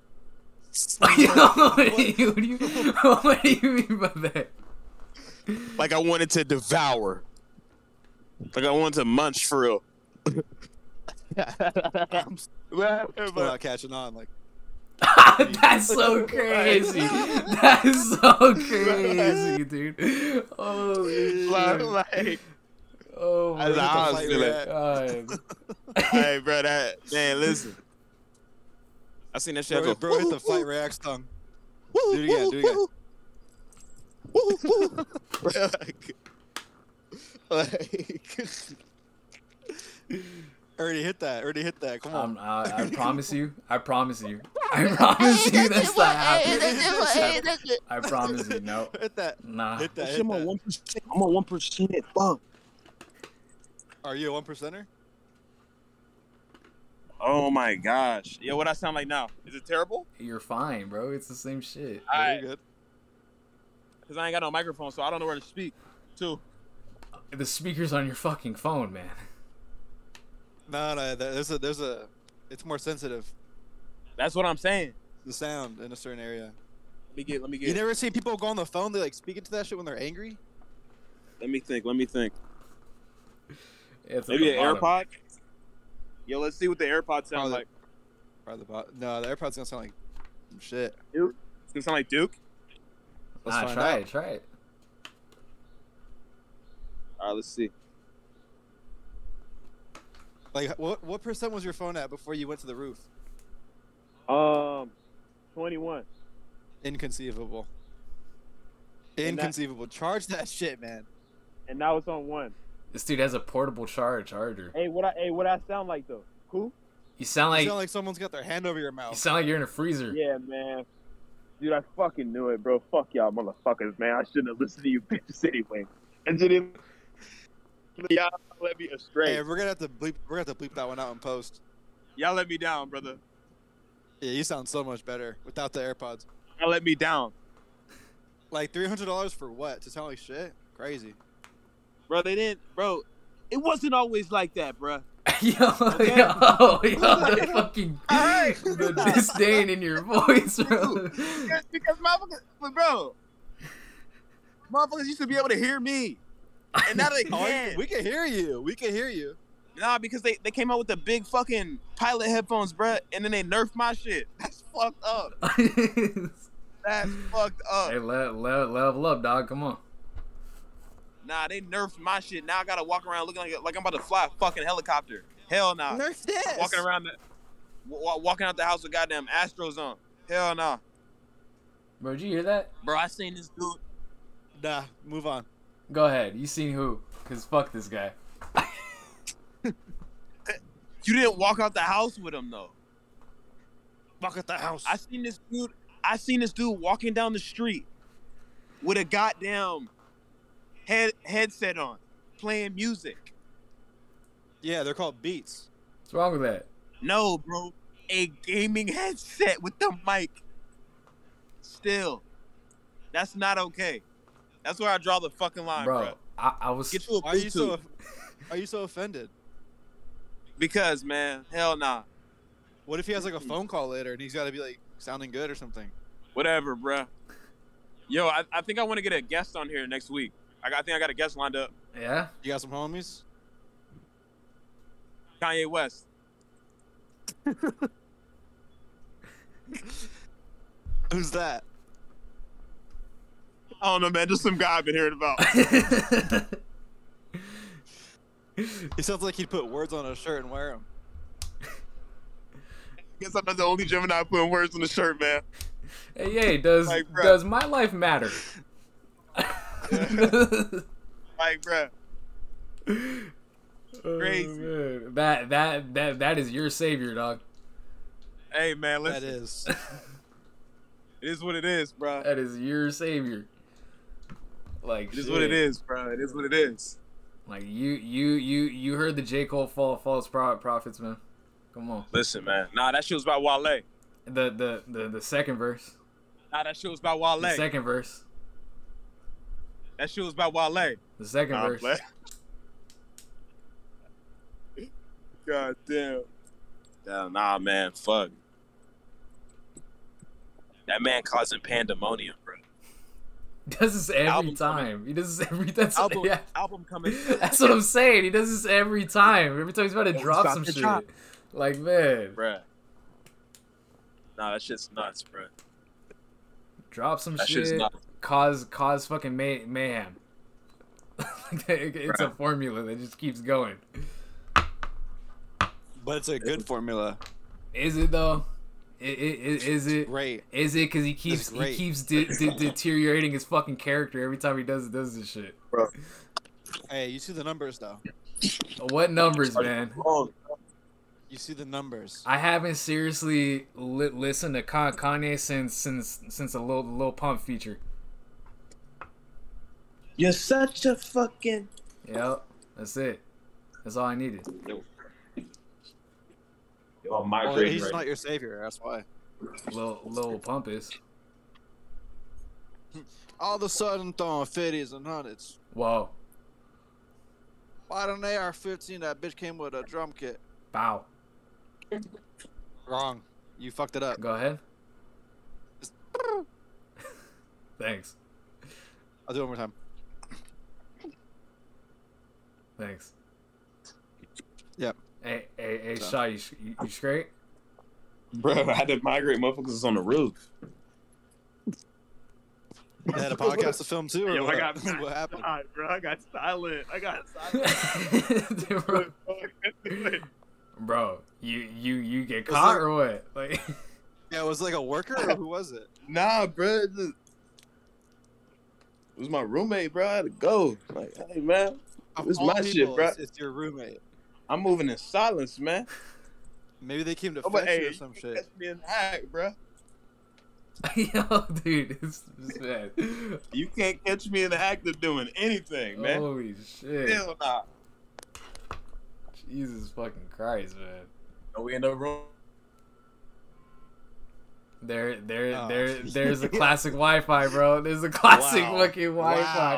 what, do you, what, do you, what do you mean by that? Like I wanted to devour. Like I wanted to munch for real. I'm still not catching on. Like, That's so crazy. That is so crazy, dude. Holy like, shit. like, Oh I was like, I my was feeling. god. Hey, bro, that man, listen. I seen that shit. I bro, go, bro hit the flight reacts tongue. Do it again. Do it again. like, like, Already hit that. Already hit that. Come on. Um, I, I promise you. I promise you. I promise you that's not happening. I promise you. No. hit that. Nah. Hit that. Hit I'm on that. one percent. I'm on one percent. Fuck. Are you a one percenter? oh my gosh. Yo, what I sound like now? Is it terrible? You're fine, bro. It's the same shit. All Yeah, you're right, good. because I ain't got no microphone, so I don't know where to speak. Too. The speaker's on your fucking phone, man. No, no. there- There's a. There's a. It's more sensitive. That's what I'm saying. The sound in a certain area. Let me get. Let me You never see people go on the phone. They like speak into that shit when they're angry. let me think. Let me think. It's at Maybe the an AirPod. bottom. Yo, let's see what the AirPod sound Probably. like. Probably the bot. No, the AirPods gonna sound like some shit. It's gonna sound like Duke. Let's Nah, find try out. it. Try it. All right, let's see. Like, what what percent was your phone at before you went to the roof? Um, twenty-one. Inconceivable. And that- Inconceivable. Charge that shit, man. And now it's on one. This dude has a portable charge charger. Hey, what I hey, what I sound like though? Cool. You sound You like sound like someone's got their hand over your you mouth. sound like you're in a freezer. Yeah, man. Dude, I fucking knew it, bro. Fuck y'all, motherfuckers, man. I shouldn't have listened to you bitches anyway. And you didn't. Y'all let me astray. Hey, we're gonna have to bleep. We're gonna have to bleep that one out in post. Y'all let me down, brother. Yeah, you sound so much better without the AirPods. Y'all let me down, Like three hundred dollars for what? To sound like shit? Crazy. bro. They didn't, bro. It wasn't always like that, bro. yo, Okay. yo, yo, the fucking the disdain in your voice, bro. Because, because motherfuckers, but bro, motherfuckers used to be able to hear me, and now they Oh, can't. we can hear you. We can hear you. Nah, because they, they came out with the big fucking pilot headphones, bro, and then they nerfed my shit. That's fucked up. hey, That's fucked up. le- le- level up, dog. Come on. Nah, they nerfed my shit. Now I gotta walk around looking like, like I'm about to fly a fucking helicopter. Hell nah. Nerf this. Walking around the, wa- walking out the house with goddamn Astros on. Hell nah. Bro, did you hear that? Bro, I seen this dude. Nah, move on. Go ahead. You seen who? Cause fuck this guy. You didn't walk out the house with him though. Walk at the house. I seen this dude. I seen this dude walking down the street with a goddamn head headset on, playing music. yeah, they're called beats. What's wrong with that? No, bro, a gaming headset with the mic. Still, that's not okay. That's where I draw the fucking line, bro. bro, I, I was Get you a Why are you Bluetooth so? Are you so offended? because, man, hell nah. What if he has like a phone call later and he's got to be like sounding good or something? Whatever, bro. Yo, I, I think I want to get a guest on here next week. I, got, I think I got a guest lined up. Yeah. You got some homies? Kanye West. Who's that? I don't know, man. Just some guy I've been hearing about. He sounds like he'd put words on a shirt and wear them. Guess I'm not the only Gemini putting words on the shirt, man. hey, hey, does Like, bruh. does my life matter? Like, bruh. Oh, Crazy. man. that that that that is your savior, dog. Hey, man. That Listen, is. it is what it is, bruh. That is your savior. Like It is what it shit. is, bruh. It is what it is. Like you you you you heard the J Cole fall, false pro- prophets, man. Come on. Listen, man. Nah, that shit was about Wale. The the the, the second verse. Nah, that shit was about Wale. The second verse. That shit was about Wale. The second Nah, I'm verse. playing. God damn. Nah, Nah, man, fuck. That man causing pandemonium, bro. He does this every Album time. coming. He does this every that's Album, yeah. album coming. That's what I'm saying. He does this every time. Every time he's about to drop about some to shit. drop. Like man, Bruh. Nah, that shit's nuts, bruh. drop some That shit's shit. nuts. Cause cause fucking may- mayhem. Like, it- it's a Bruh. formula that just keeps going. But it's a good formula. Is it though? I- i- i- Is it? Great. Is it because he keeps he great. keeps de- de- deteriorating his fucking character every time he does does this shit? Hey, you see the numbers though. What numbers, man? Oh, You see the numbers. I haven't seriously li- listened to Con- Kanye since since since a little little pump feature. You're such a fucking. Yep, that's it. That's all I needed. Yo, Well, he's not your savior. That's why. Little little pump is. All of a sudden, throwing fifties and hundreds. Whoa, Why don't they are 15? That bitch came with a drum kit. bow. Wrong. You fucked it up. Go ahead. Thanks. I'll do it one more time. Thanks. Yep. Hey, hey, hey, So. Shaw, you, sh- you, you straight? Bro, I had to migrate motherfuckers on the roof. They had a podcast to film too. or Yo, I what? got- what happened? God, bro, I got silent. I got bro, silent. bro, you you you get caught or what? Like, Yeah, it was like a worker or who was it? Nah, bro. It just- it was my roommate, bro. I had to go. Like, hey, man, Of It's all my shit, people, bruh. It's, it's your roommate. I'm moving in silence, man. Maybe they came to Oh, fetch but, you hey, or some shit. Catch me in the act, bro. yo, dude, this is bad. You can't catch me in the act of doing anything, man. Oh. Holy shit! Hell nah. Jesus fucking Christ, man. And we end up room. There, there, Oh. there, there's a classic Wi-Fi, bro. There's a classic Wow. fucking Wi-Fi. Wow.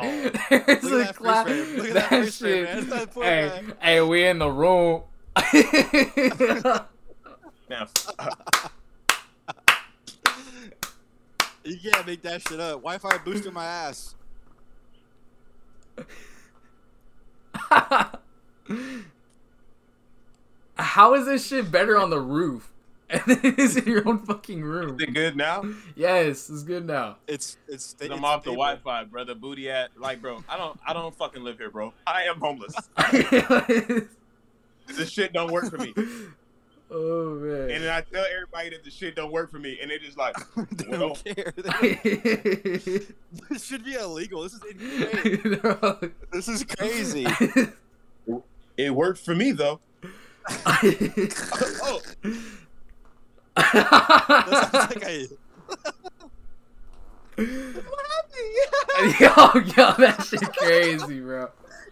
There's Look at a that freeze classic. frame. Look at that that freeze frame, shit. man. It's that poor hey, hey, we in the room. Now, You can't make that shit up. Wi-Fi boosted my ass. How is this shit better on the roof? And then it is in your own fucking room. is it good now? Yes, it's good now. It's it's. Then it's I'm off the stable. Wi-Fi, brother. Booty at like, bro. I don't, I don't fucking live here, bro. I am homeless. this shit don't work for me. oh man. And uh, then I tell everybody that the shit don't work for me, and they just like, they Well. don't care. this should be illegal. This is insane. Bro. This is crazy. it worked for me though. Oh, That sounds like a- yo, yo, that shit crazy, bro.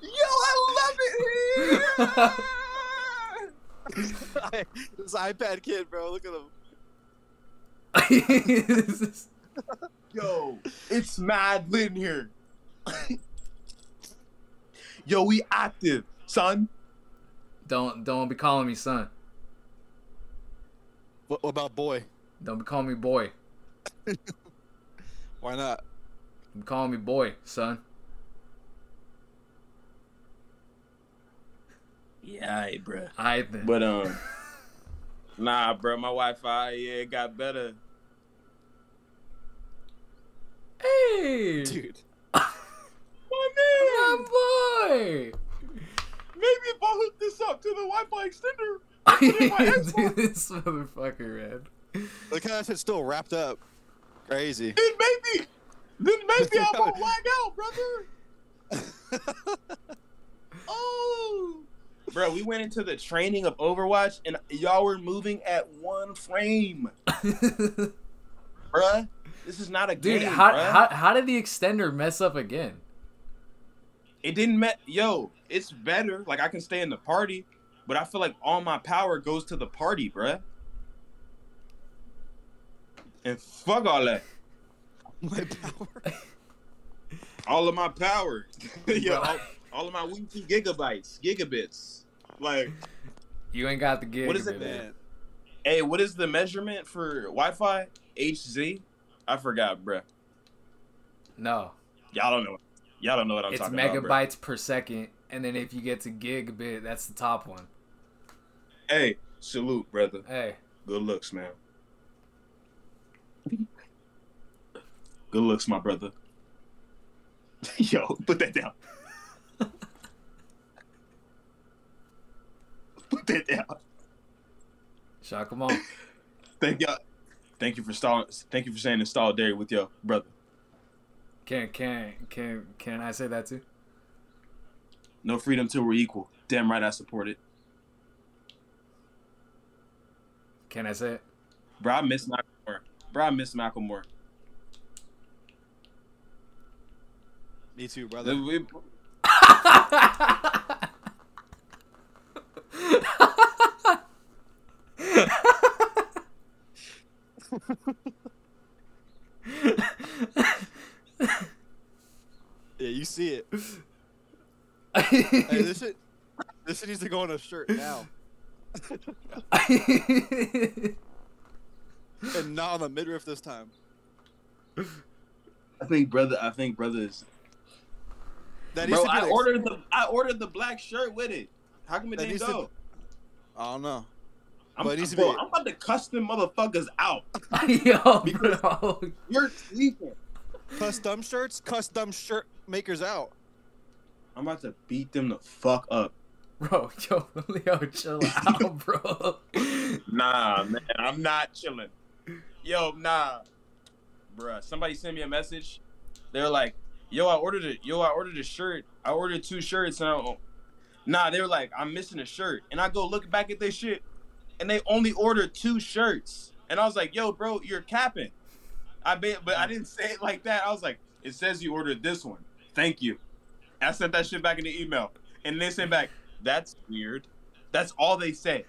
Yo, I this iPad kid, bro. Look at him. love it. This is- yo, it's mad lit in here. yo, we active, son. don't don't be calling me son. What, what about boy? Don't be calling me boy. Why not? You call me boy, son. Yeah, all right, bruh. I then. But um, nah, bruh, my Wi-Fi yeah it got better. hey, dude. My man, my boy. maybe if I hook this up to the Wi-Fi extender. Dude, this motherfucker, man. Look how that shit's still wrapped up. Crazy. then maybe, then maybe I won't lag out, brother. Oh, bro, we went into the training of Overwatch, and y'all were moving at one frame, bruh. This is not a Dude, game, how, bruh. how how did the extender mess up again? It didn't met. Yo, it's better. Like I can stay in the party, but I feel like all my power goes to the party, bruh. And fuck all that. My power. all of my power. yeah, Bro. all, all of my weekly gigabytes, gigabits. Like, You ain't got the gig. what is it, baby. man? Hey, what is the measurement for Wi-Fi? HZ? I forgot, bruh. No, Y'all don't know. Y'all don't know what I'm it's talking megabytes about. per second, and then if you get to gigabit, that's the top one. bruh. Hey, salute, brother. Hey, Good looks, man. Good looks, my brother. Yo, put that down. put that down. shock 'em all. Thank y'all. Thank you for stall. Thank you for saying install dairy with your brother. Can can can can I say that too? No freedom till we're equal. Damn right, I support it. Can I say it? Bro, I miss Macklemore. Bro, I miss Macklemore. Me too, brother. We- Yeah, you see it. Hey, I this shit. This shit needs to go on a shirt now, and not on the midriff this time. I think brother. I think brothers. That needs Bro, to be I like- ordered the. I ordered the black shirt with it. How come it That didn't needs to- go? I don't know. I'm, But it needs to bro, be- I'm about to cuss them motherfuckers out. Yo, bro. You're sleeping. Custom shirts, custom shirt makers out. I'm about to beat them the fuck up. Bro, yo, Leo, chill out, bro. Nah, man, I'm not chilling. Yo, nah, bruh. Somebody sent me a message. They're like, "Yo, I ordered it. Yo, I ordered a shirt. I ordered two shirts." And I, nah, they were like, "I'm missing a shirt." And I go look back at their shit, and they only ordered two shirts. And I was like, "Yo, bro, you're capping." I bet, but I didn't say it like that. I was like, "It says you ordered this one. Thank you." I sent that shit back in the email, and they sent back, "That's weird." That's all they said.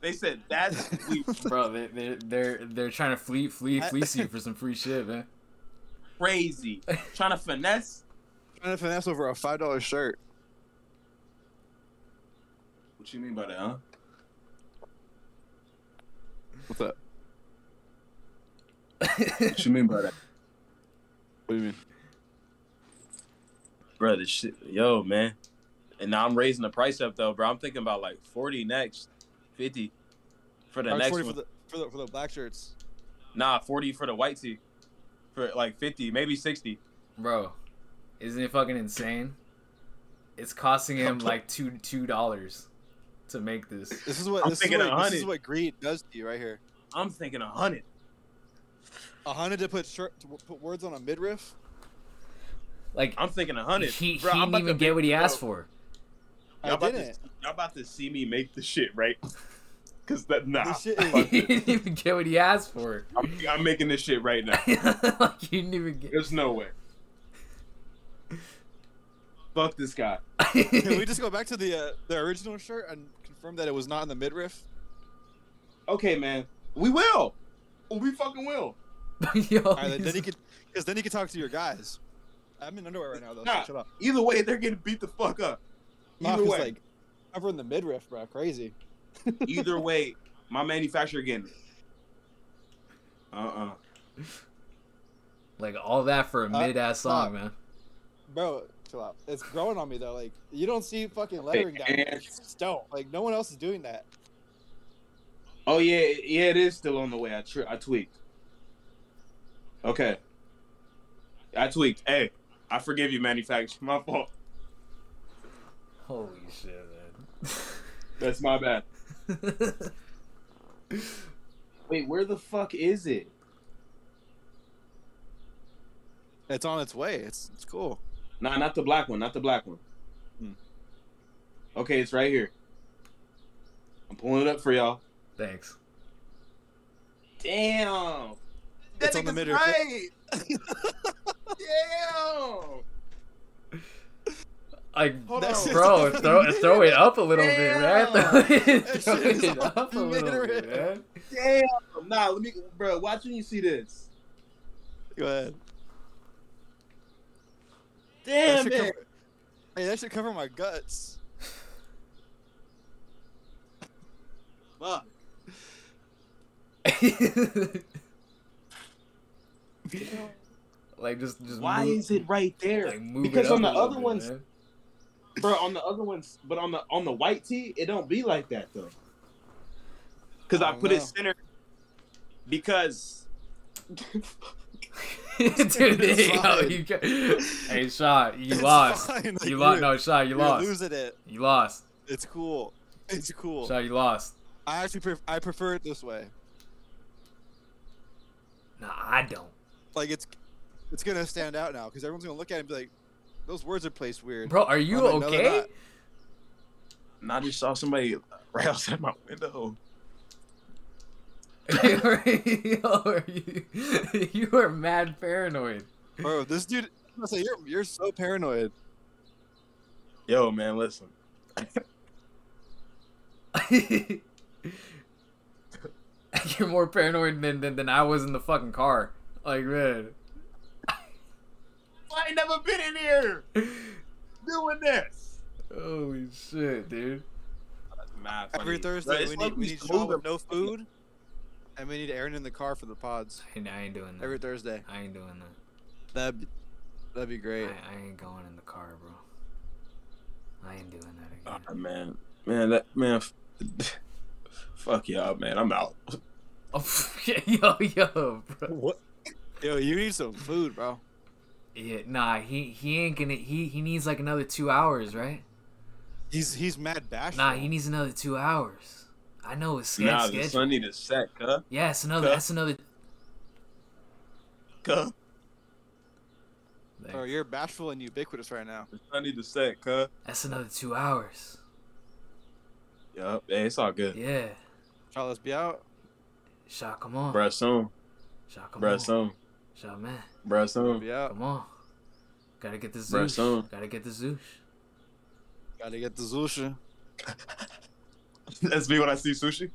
They said that's weird. Bro, they they they're they're trying to flee flee fleece you for some free shit, man. crazy. Trying to finesse. Trying to finesse over a five dollar shirt. What you mean by that, huh? What's up? What you mean by that? What do you mean? Bro, this shit yo, man. And now I'm raising the price up though, bro. I'm thinking about like forty next, fifty for the Alright, next 40 one. for the for the for the black shirts. nah, forty for the white tee. For like fifty, maybe sixty. Bro, isn't it fucking insane? It's costing him like two two dollars to make this. This is what I'm this is thinking what, this 100. is what greed does to you right here. I'm thinking a hundred. A hundred to put shirt to w- put words on a midriff. Like I'm thinking a hundred. he, he Bro, I'm didn't about even to get make- what he asked bro, for. Y'all I about, didn't. to, y'all about to see me make the shit, right? Cause that nah. This shit he is, didn't even get what he asked for. I'm, I'm making this shit right now. like he didn't even get. There's no way. Fuck this guy. can we just go back to the uh, the original shirt and confirm that it was not in the midriff? Okay, man. We will. We fucking will. Yo, All right, then he's- he could because then he could talk to your guys. I'm in underwear right now though. Nah. So shut up. Either way, they're getting beat the fuck up. Nah, Either 'cause, way. like covering the midriff, bro. Crazy. Either way, Uh-uh. my manufacturer getting it. Uh uh Like all that for a Uh, mid ass fuck. song, man. bro. Chill out. It's growing on me though. Like you don't see fucking lettering down. Here. ants. You just don't. Like no one else is doing that. Oh yeah, yeah, it is still on the way. I tri- I tweaked. Okay. I tweaked. Hey, I forgive you, manufacturer. My fault. Holy shit, That's my bad. man. Wait, where the fuck is it? It's on its way. It's it's cool. Nah, not the black one. Not the black one. Hmm. Okay, it's right here. I'm pulling it up for y'all. Thanks. Damn. It's on the nigga's middle. Right. Damn. Like, Hold That on. shit's bro, on throw, the throw it up a little Damn. bit, man. That throw shit is it up a little literate. bit, man. Damn. Nah, let me, bro. Watch when you see this. Go ahead. Damn should man. cover- hey, that should cover my guts. Fuck. like, just, just Why move, is it right there, like, move Because it up on the a little other bit, ones- man. bro? On the other ones, but on the on the white tee, it don't be like that though. Because I, I don't put it know. center. Because Dude, It's hey, yo, fine. you ca- hey, Shaw, you It's lost. fine, like, you lost. you're- No, Shaw, you You're lost. losing it. You lost. It's cool. It's cool. Shaw, you lost. I actually pref- I prefer it this way. Nah, I don't. Like it's it's gonna stand out now because everyone's gonna look at it and be like, those words are placed weird. Bro, are you Well, no, they're okay? not. and I just saw somebody right outside my window. Yo, are you, you are mad paranoid. Bro, this dude. I say you're you're so paranoid. Yo, man, listen. You're more paranoid than, than than I was in the fucking car. Like man, I ain't never been in here doing this. holy shit, dude. Mad Every Thursday we need we need Sean with no food, and we need Aaron in the car for the pods I ain't, I ain't doing that. every Thursday. I ain't doing that. That that'd be great. I, I ain't going in the car, bro. I ain't doing that again. Oh, man, man, that man. f- Fuck y'all, man. I'm out. yo, yo, bro. What? Yo, you need some food, bro. Yeah, nah, he he ain't gonna. He he needs like another two hours, right? He's he's mad bashful. Nah, he needs another two hours. I know it's sketch. Nah, the schedule. sun need a sack, huh? Yeah, it's another. Huh? That's another. Huh? Bro, you're bashful and ubiquitous right now. The sun need a sack, huh? That's another two hours. Yup. Hey, it's all good. Yeah. Try let's be out. Shaw, come on. Bruh, soon. Shaw, come on. Bruh, soon. Shaw, man, Bruh, soon. Be out. come on. Gotta get the Bruh, zoosh. son. Gotta get the zoosh. Gotta get the Zusha. That's me when I see sushi.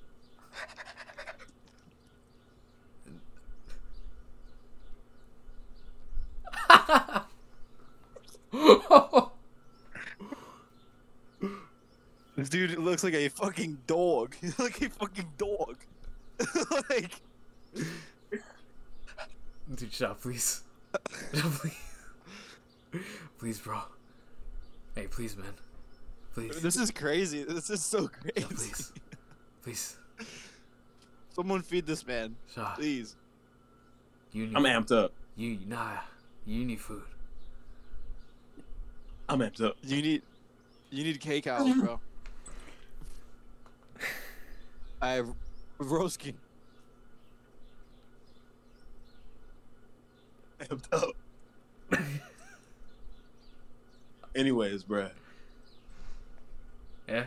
This dude looks like a fucking dog. He's like a fucking dog. like Dude, Shaw, please. Shaw, please. Please, bro. Hey, please, man. Please. this is crazy. This is so Shaw, crazy. please. Please. Someone feed this man, Shaw, please. you need. I'm amped up. You, nah. You need food. I'm amped up. You need, you need cake out, bro. I have Roski. uh, Amped up. Anyways, bruh. Yeah,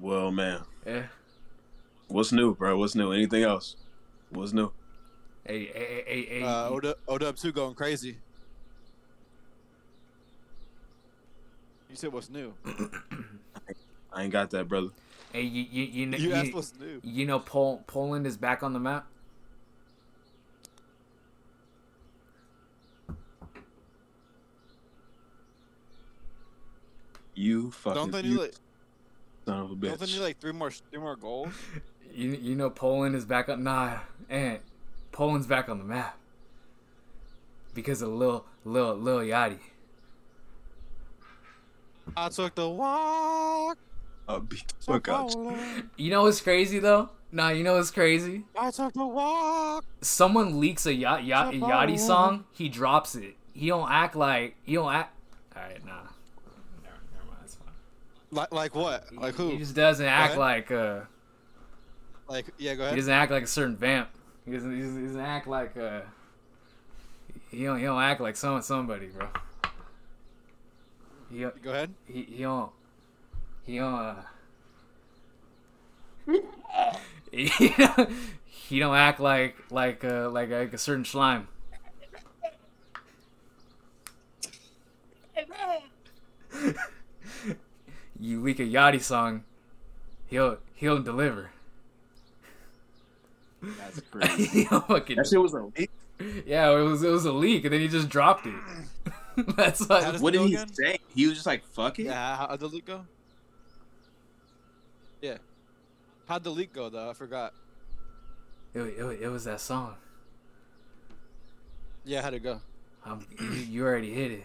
Well, man. yeah. What's new, bro? What's new? Anything else? What's new? Hey, hey, hey, hey, hey. Uh, you- Oda, Odub two going crazy. You said what's new? I ain't got that, brother. Hey, you, you, you, kn- You asked you, what's new. you know, Pol- Poland is back on the map. You fucking Don't they you need like, son of a don't they need bitch. like three more, three more goals? You, you know, Poland is back on. Nah, and Poland's back on the map. because of Lil Lil Lil Yachty. I took the walk. I'll beat the fuck out. you. You know what's crazy though? Nah, you know what's crazy? I took the walk. Someone leaks a ya- ya- Yachty song, he drops it. He don't act like he don't act. All right, nah. Never, never mind, it's fine. Like, like what? Like He who? just doesn't act ahead. like uh Like yeah, go he ahead. doesn't act like a certain vamp. He doesn't he doesn't, he doesn't act like uh he don't he don't act like some somebody, bro. He don't- Go ahead. he he don't he don't uh, he, don't- he don't act like like uh like, like a certain slime. you leak a Yachty song, he'll he'll deliver. That's crazy. he'll fucking That shit was a yeah. It was it was a leak, and then he just dropped it. That's How does like What it did go he again? say? He was just like, "Fuck it." Yeah, how, how'd the leak go? Yeah. How'd the leak go though? I forgot. it, it, it was that song. Yeah, how'd it go? Um, you, you already hit it.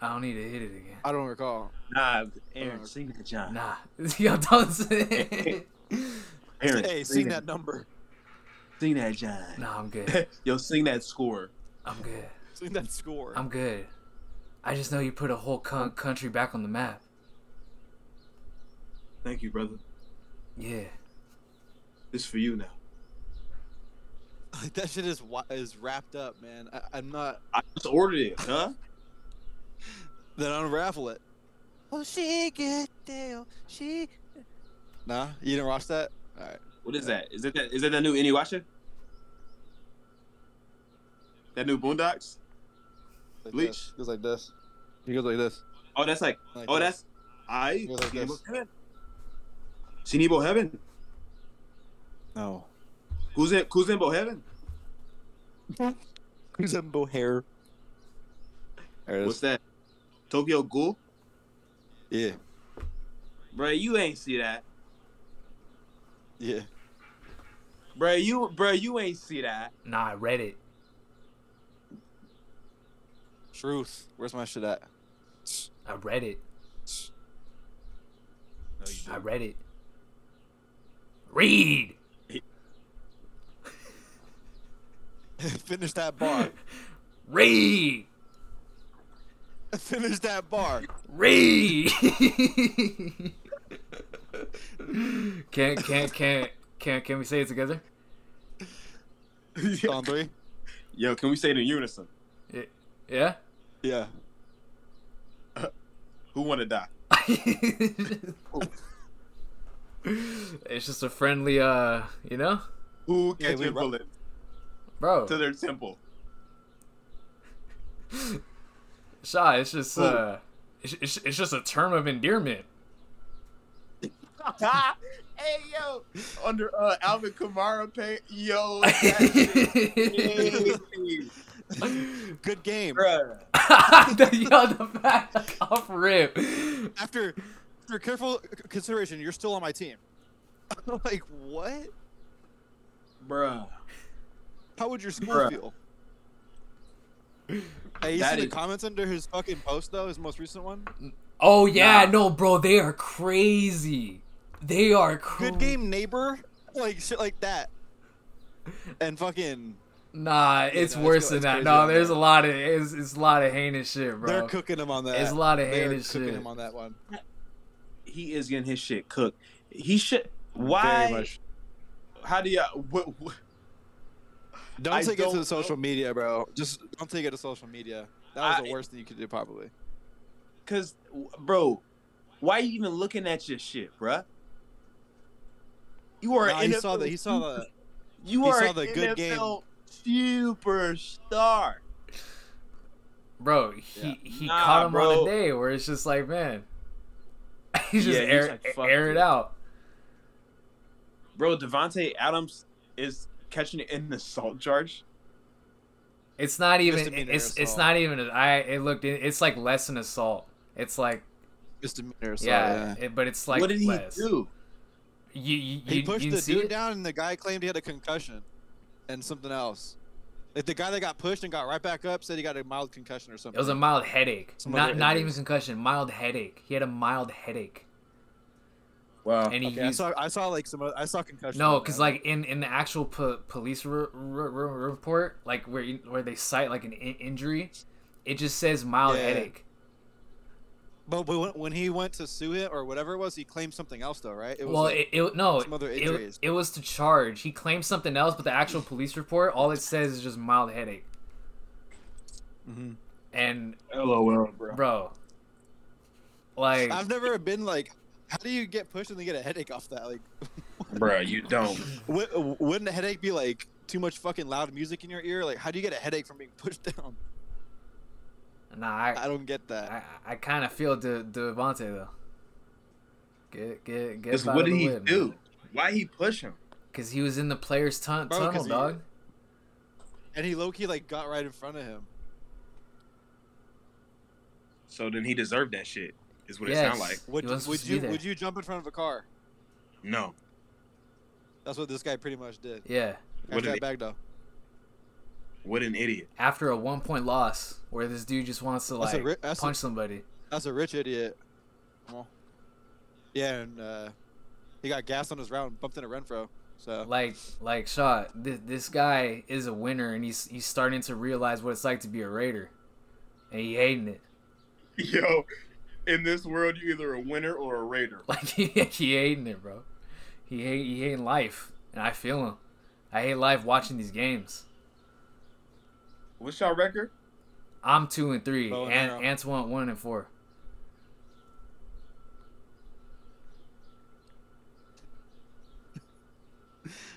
I don't need to hit it again. I don't recall. Nah, Aaron, sing the John. Nah, yo, don't say. Aaron, Hey, sing that number. Sing that John. nah, I'm good. Yo, sing that score. I'm good. Sing that score. I'm good. I just know you put a whole con- country back on the map. Thank you, brother. Yeah. This for you now. Like that shit is wa- is wrapped up, man. I, I'm not. I just ordered it, huh? Then unravel it. Oh, she get deal. She. Nah, you didn't watch that. All right. What is that? Is it that? Is it that new Inuyasha? That new Boondocks? Like Bleach. This. Goes like this. He goes like this. Oh, that's like. Like Oh, this. that's. I. You're like Sinibo this. Heaven. Sinibo Heaven. no. Who's in? Who's in Bo Heaven? Who's in Bohair? There it What's is. that? Tokyo Ghoul. Yeah, Bro, you ain't see that. yeah. Bro, you. Bro, you ain't see that. Nah, I read it. Truth. Where's my shit at? I read it. No, you I didn't. read it. Read. Finish that bar. Read. Finish that bar. Read. can't can't can't can't can we say it together? On three. Yo, can we say it in unison? Yeah. Yeah. Who want to die? it's just a friendly, uh, you know, Who catch we a ru- bullet bro. to their temple? Shaw, it's just uh, it's, it's, it's just a term of endearment. hey yo, under uh, Alvin Kamara pay yo, Yo, Good game. Bruh. the fact like, off rip. After, after careful c- consideration, you're still on my team. like what? Bruh. How would your school Bruh. feel? Hey, you That see is- the comments under his fucking post though, his most recent one. Oh yeah, no, bro, they are crazy. They are crazy. Good game, neighbor. Like shit, like that. And fucking, Nah, it's no, it's worse go- than it's that. crazy No, on there's there. a lot of it's, it's a lot of heinous shit, they're bro. cooking him on that. It's a lot of they're hated cooking shit. him on that one. He is getting his shit cooked. He should. Why? Very much. How do y'all? What, what, Don't I take it don't to know. the social media, bro. Just don't take it to social media. That was I- the worst thing you could do, probably. Cause, bro, why you even looking at your shit, bruh? You are Nah, an he NFL, saw the he saw the you he are saw an the good game. NFL superstar. bro, he he Nah, caught him on bro. a day where it's just like, man, he just Yeah, he's air, like, fuck air it it. out. Bro, Devonte Adams is catching it in the salt charge. It's not even. Misdemeanor It's it's assault. not even. I it looked. It's like less than assault. It's like misdemeanor. So, yeah, yeah, It, but it's like what did he less. do? You, you, he you- pushed you the see dude it? down, and the guy claimed he had a concussion and something else. Like the guy that got pushed and got right back up said he got a mild concussion or It something. was a mild headache. Some not other not injury. even concussion. Mild headache. He had a mild headache, Wow. and he Okay, I used saw I saw like some other, I saw concussion. no, because like in in the actual po- police r- report, like where you, where they cite like an in- injury, it just says mild Yeah. headache. but but when, when he went to sue him or whatever it was, he claimed something else though, right? It was well, like, it, it no, some other it, injuries. it was to charge. He claimed something else, but the actual police report, all it says is just mild headache. Mhm. And LOL, bro. bro, like I've never been like, how do you get pushed and then get a headache off that? Like, Bro, you don't. w- wouldn't a headache be like too much fucking loud music in your ear? Like, how do you get a headache from being pushed down? nah, I, I don't get that. I, I kind of feel De, Devontae though. Get get get. Because up out what of did the he way, man. do? Why he push him? Cause he was in the players' tun- Bro, tunnel, 'cause he- dog. And he low key like got right in front of him. So then he deserved that shit. Is what Yes. it sounds like. Would, He wasn't supposed would to be you there. would you jump in front of a car? No. That's what this guy pretty much did. Yeah, What After did that he- bag though. What an idiot. after a one point loss, where this dude just wants to That's a like ri- that's a- punch somebody. That's a rich idiot. Well, yeah, and uh, he got gassed on his round, and bumped into Renfro. So Like like shot. This, this guy is a winner, and he's he's starting to realize what it's like to be a Raider, and he hating it. Yo, in this world, you're either a winner or a raider. Like he, he hating it, bro. He hate he hating life, and I feel him. I hate life watching these games. What's y'all record? I'm two and three, Bow and and arrow. Antoine one and four.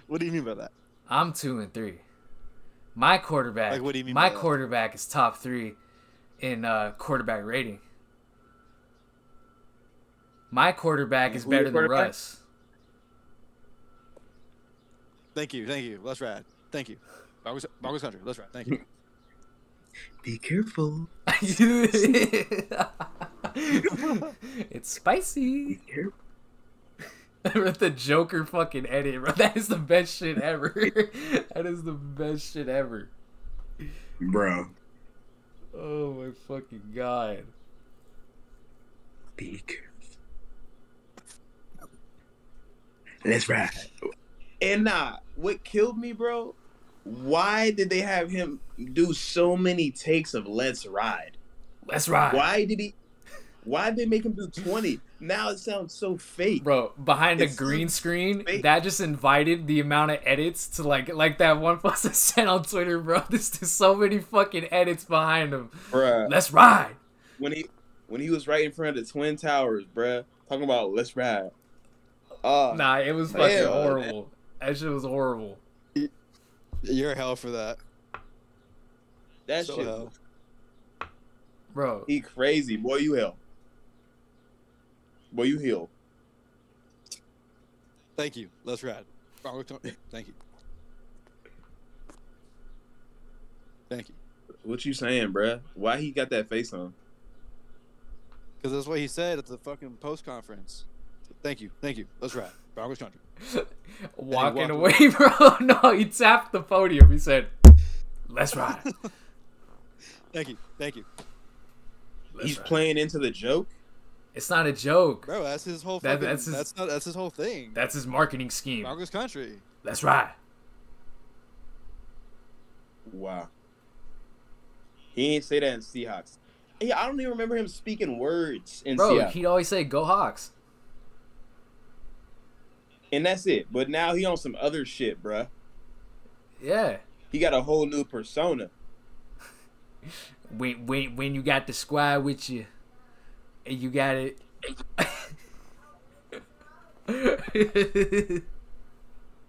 what do you mean by that? I'm two and three. My quarterback. Like, what do you mean My by that? quarterback is top three in uh, quarterback rating. My quarterback is Who your better than quarterback? Russ. Thank you, thank you. Let's ride. Thank you. Bogus, Bogus country. Let's ride. Thank you. Be careful. it's spicy. With the Joker fucking edit, bro. That is the best shit ever. that is the best shit ever. Bro. Oh my fucking god. Be careful. Let's ride. And nah, what killed me, bro? Why did they have him do so many takes of "Let's Ride"? Let's ride. Why did he? Why did they make him do twenty? Now it sounds so fake. Bro, behind a It's green screen, fake. that just invited the amount of edits to like like that one post I sent on Twitter, bro. This there's so many fucking edits behind him. Bruh, Let's ride. when he when he was right in front of the twin towers, bruh, talking about "Let's Ride." Uh, Nah, it was fucking Ew. horrible. That shit was horrible. You're hell for that. that So shit, hell. Bro. he crazy, boy. You hell, boy. You heal. Thank you. Let's ride. Bogus country. Thank you. Thank you. What you saying, bruh? Why he got that face on? Because that's what he said at the fucking post conference. Thank you. Thank you. Let's ride. Bogus country. walking walked away, bro. No, he tapped the podium. He said, Let's ride. Thank you. Thank you. Let's He's ride." playing into the joke. It's not a joke. Bro, that's his whole That- fucking, that's that's, his- not that's his whole thing. That's his marketing scheme. Bogus country. Let's ride. Wow. He ain't say that in Seahawks. Yeah, I don't even remember him speaking words in Bro, Seahawks. he'd always say, Go Hawks. and that's it. But now he on some other shit, bruh. Yeah. He got a whole new persona. when when when you got the squad with you, and you got it.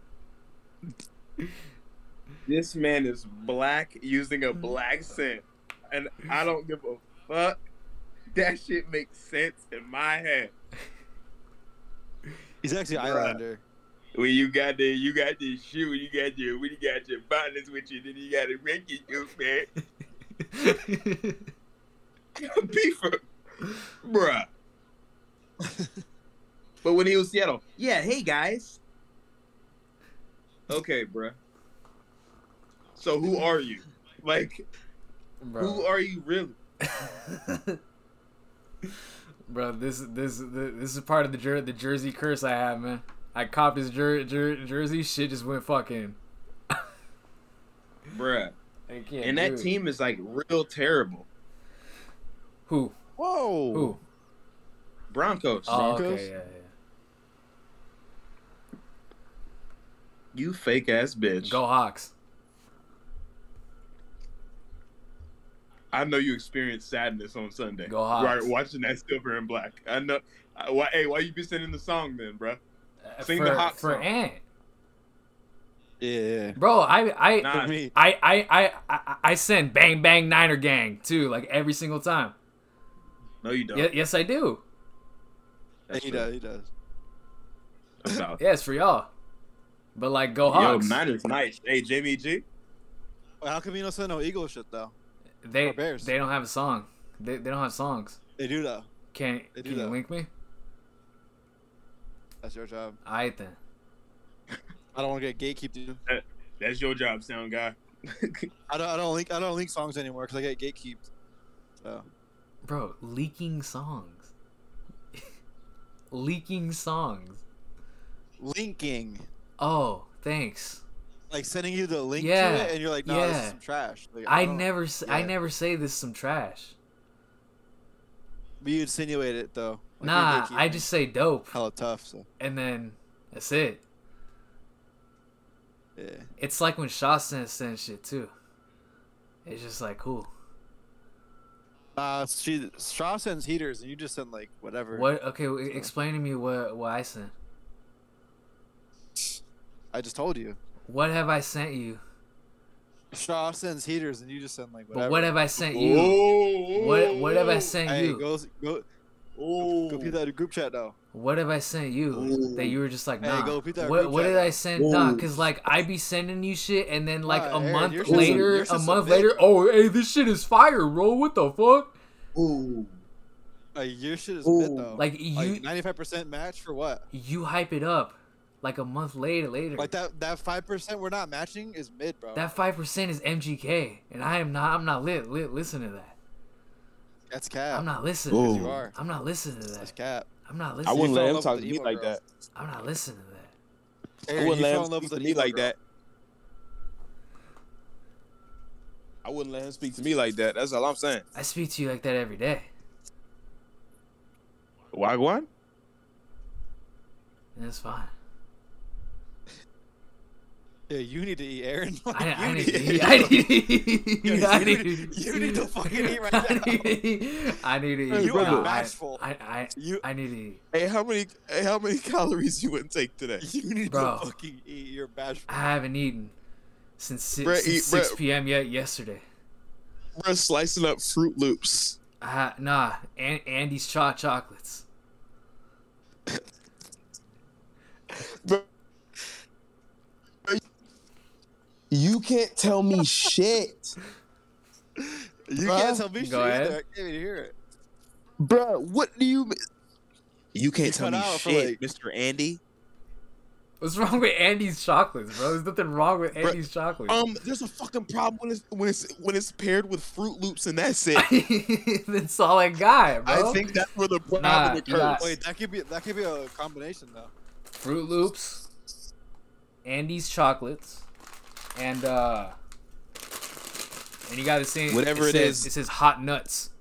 This man is black using a black scent. And I don't give a fuck. That shit makes sense in my head. He's actually Bruh. Islander. When you got the you got the shoe, you got your when you got your partners with you, then you got a record, you man. Beaver, bruh. but when he was Seattle, yeah, hey guys. Okay, bruh. So who are you? Like, who bro. are you really? bro, this this this is part of the jer- the jersey curse I have, man. I copped his jer- jer- jersey, shit just went fucking. bruh. I can't And that do it. team is like real terrible. Who? Whoa. Who? Broncos, Oh, Broncos? okay, yeah, yeah. you fake ass bitch. Go Hawks. I know you experienced sadness on Sunday. Go Hawks. Right, watching that silver and black. I know. I, why, hey, why you be sending the song then, bruh? Uh, Sing for, the Hawks for song. Ant, Yeah. bro. I I Nah, Me. I I I I I send bang bang Niner gang too, like every single time. no, you don't. Ye- yes, I do. That's he for- does. He does. that's out. Yeah, it's for y'all. But like, go Yo, Hawks. Niners nice. Hey, Jamie G. Well, How come you don't send no Eagle shit though? they or Bears. they don't have a song. They they don't have songs. They do though. Can They do can you that. link me? That's your job. I then. I don't want to get gatekeeped. Dude. That's your job, sound guy. I don't. I don't link. I don't link songs anymore because I get gatekeeped. So Bro, leaking songs. leaking songs. linking, Oh, thanks. like sending you the link Yeah, to it, and you're like, no, this yeah. is some trash. Like, I don't- never s I Oh, yeah. never say this is some trash. But you insinuate it though. Like, you're nah, I gatekeeping. just say dope hella tough. So and then that's it. yeah. It's like when Shaw sent sent shit too. It's just like cool. Uh, she Straw sends heaters, and you just send like whatever. What okay, w- explain to me what what I sent. I just told you. What have I sent you? Straw sends heaters, and you just send like whatever. But what have I sent you? Oh, What what have I sent Hey, you? go go Oh, go peep that group chat though. What have I sent you that you were just like, Hey, nah? go repeat that what group what chat. did I send? Nah, cause like I be sending you shit, and then like Nah, a Aaron, your month shit's a- later, your a shit's a month bitch. later, oh hey, this shit is fire, bro. What the fuck? Oh, Like your shit is Ooh. bit though. Like you like ninety five percent match for what? you hype it up, like a month later later. Like that that five percent we're not matching is mid, bro. That five percent is MGK, and I am not. I'm not lit. Lit. Listen to that. That's cap. I'm not Ooh. listening. You are. I'm not listening to That's that. cap. I'm not I listening. wouldn't let fell in him love talk to with the me evil like girl. that. I'm not listening to that. I Aaron, wouldn't you let fell him in love speak with to an me evil like girl. that. I wouldn't let him speak to me like that. That's all I'm saying. I speak to you like that every day, Wagwan? and it's fine. Yeah, you need to eat, Aaron. I, Like, I you need to need- eat. I need to eat. Yo, I you need, need- to- you need to fucking eat right I need to eat. I need to eat. You are Nah, I- bashful. I, I, You I need to eat. Hey, how many hey, how many calories you wouldn't take today? you need Bro. to fucking eat. You're bashful. I haven't eaten since, si- Bruh, since eat, 6 bruh. p.m. yet yesterday. Bro, slicing up Fruit Loops. I, ha- nah, An- Andy's Cha Chocolates. Bro. You can't tell me shit. You Bruh. can't tell me shit. Go ahead. either. I can't even hear it. Bro, what do you mean? You can't You tell me cut out for, shit, like- Mr. Andy. What's wrong with Andy's chocolates, bro? There's nothing wrong with Bruh, Andy's chocolates. Um, there's a fucking problem when it's when it's when it's paired with Fruit Loops and that's it. That's all I got, bro. I think that's where the problem Nah, occurs. nah. Wait, that could be that could be a combination though. Fruit Loops, Andy's chocolates, and uh, and you got to see Whatever it it says, is. It says hot nuts.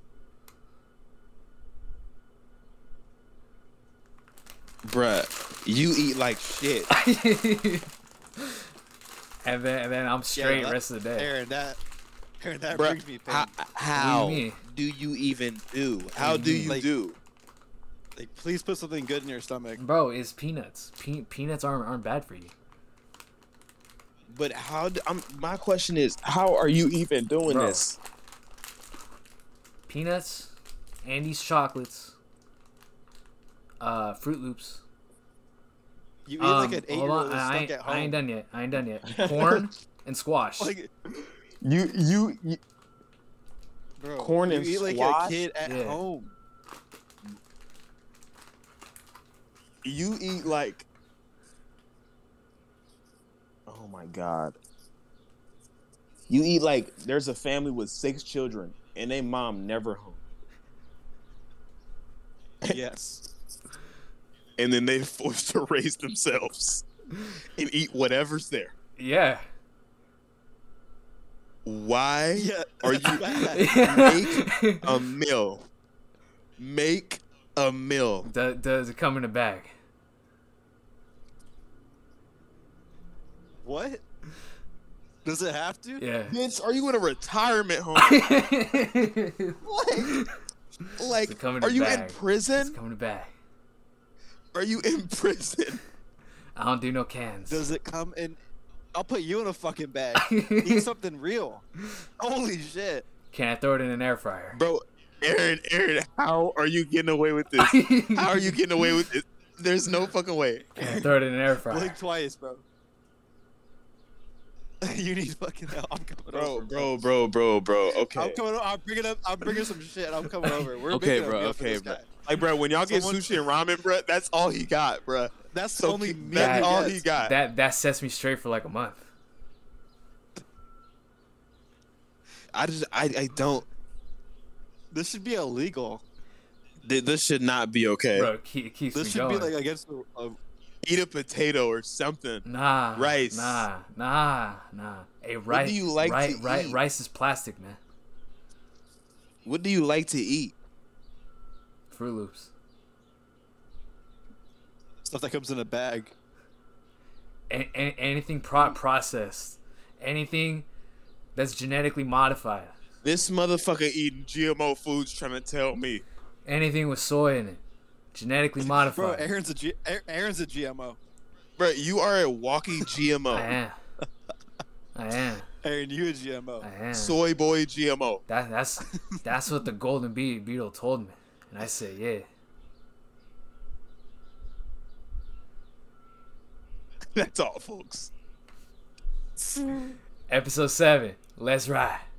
Bruh, you eat like shit. and then and then I'm straight that- rest of the day. Aaron, that Aaron, that Bruh, brings me pain. how, how mean? do you even do? How do you Like- do? Like, please put something good in your stomach. Bro, is peanuts. Pe- peanuts aren't aren't bad for you. But how? Do, I'm, my question is, how are you even doing Bro. this? Peanuts, Andy's chocolates, uh, Fruit Loops. You eat Um, like an eight year hold on, old I, stuck ain't- at home. I ain't done yet. I ain't done yet. Corn and squash. Like, You you, you bro, Corn you and eat like squash? a kid at Yeah. home. you eat like. Oh my god. You eat like there's a family with six children and they mom never home. yes. And then they're forced to raise themselves and eat whatever's there. Yeah. Why are you make Does a meal? Make a meal. does it come in a bag? What? Does it have to? Yeah. Bitch, are you in a retirement home? it's What? It's Like, coming in are a you in bag. prison? coming in a bag. Are you in prison? I don't do no cans. Does it come in? I'll put you in a fucking bag. Eat something real. Holy shit. Can I throw it in an air fryer? Bro, Aaron, Aaron, how are you getting away with this? How are you getting away with this? There's no fucking way. Can I throw it in an air fryer? Blink twice, bro. you need fucking help. I'm coming over. Bro, bro, bro, bro, bro. I'm Okay. coming. o- I'm bringing up. I'm bringing some shit. I'm coming over. We're Okay, making a bro, meal for okay, this bro. guy. Like, bro, when y'all get Someone- sushi and ramen, bro, that's all he got, bro. That's the So only keep- meal. that's he all gets. he got. That that sets me straight for like a month. I just, I, I don't. This should be illegal. th- This should not be okay. Bro, it ke- it keeps This me should going. be like against the. Uh, Eat a potato or something. nah. rice. Nah. Nah. Nah. Hey, rice. you like to rice, rice, eat? rice is plastic, man. What do you like to eat? Fruit Loops. stuff that comes in a bag. A- a- anything pro- processed. Anything that's genetically modified. This motherfucker eating GMO foods trying to tell me. Anything with soy in it. Genetically Bro, modified. Aaron's a G- Aar- Aaron's a GMO. Bro, you are a walking I GMO. am. I am. Aaron, you a GMO. I am. Soy boy GMO. That, that's that's what the golden bee beetle told me, and I said, yeah. That's all, folks. Episode seven. Let's ride.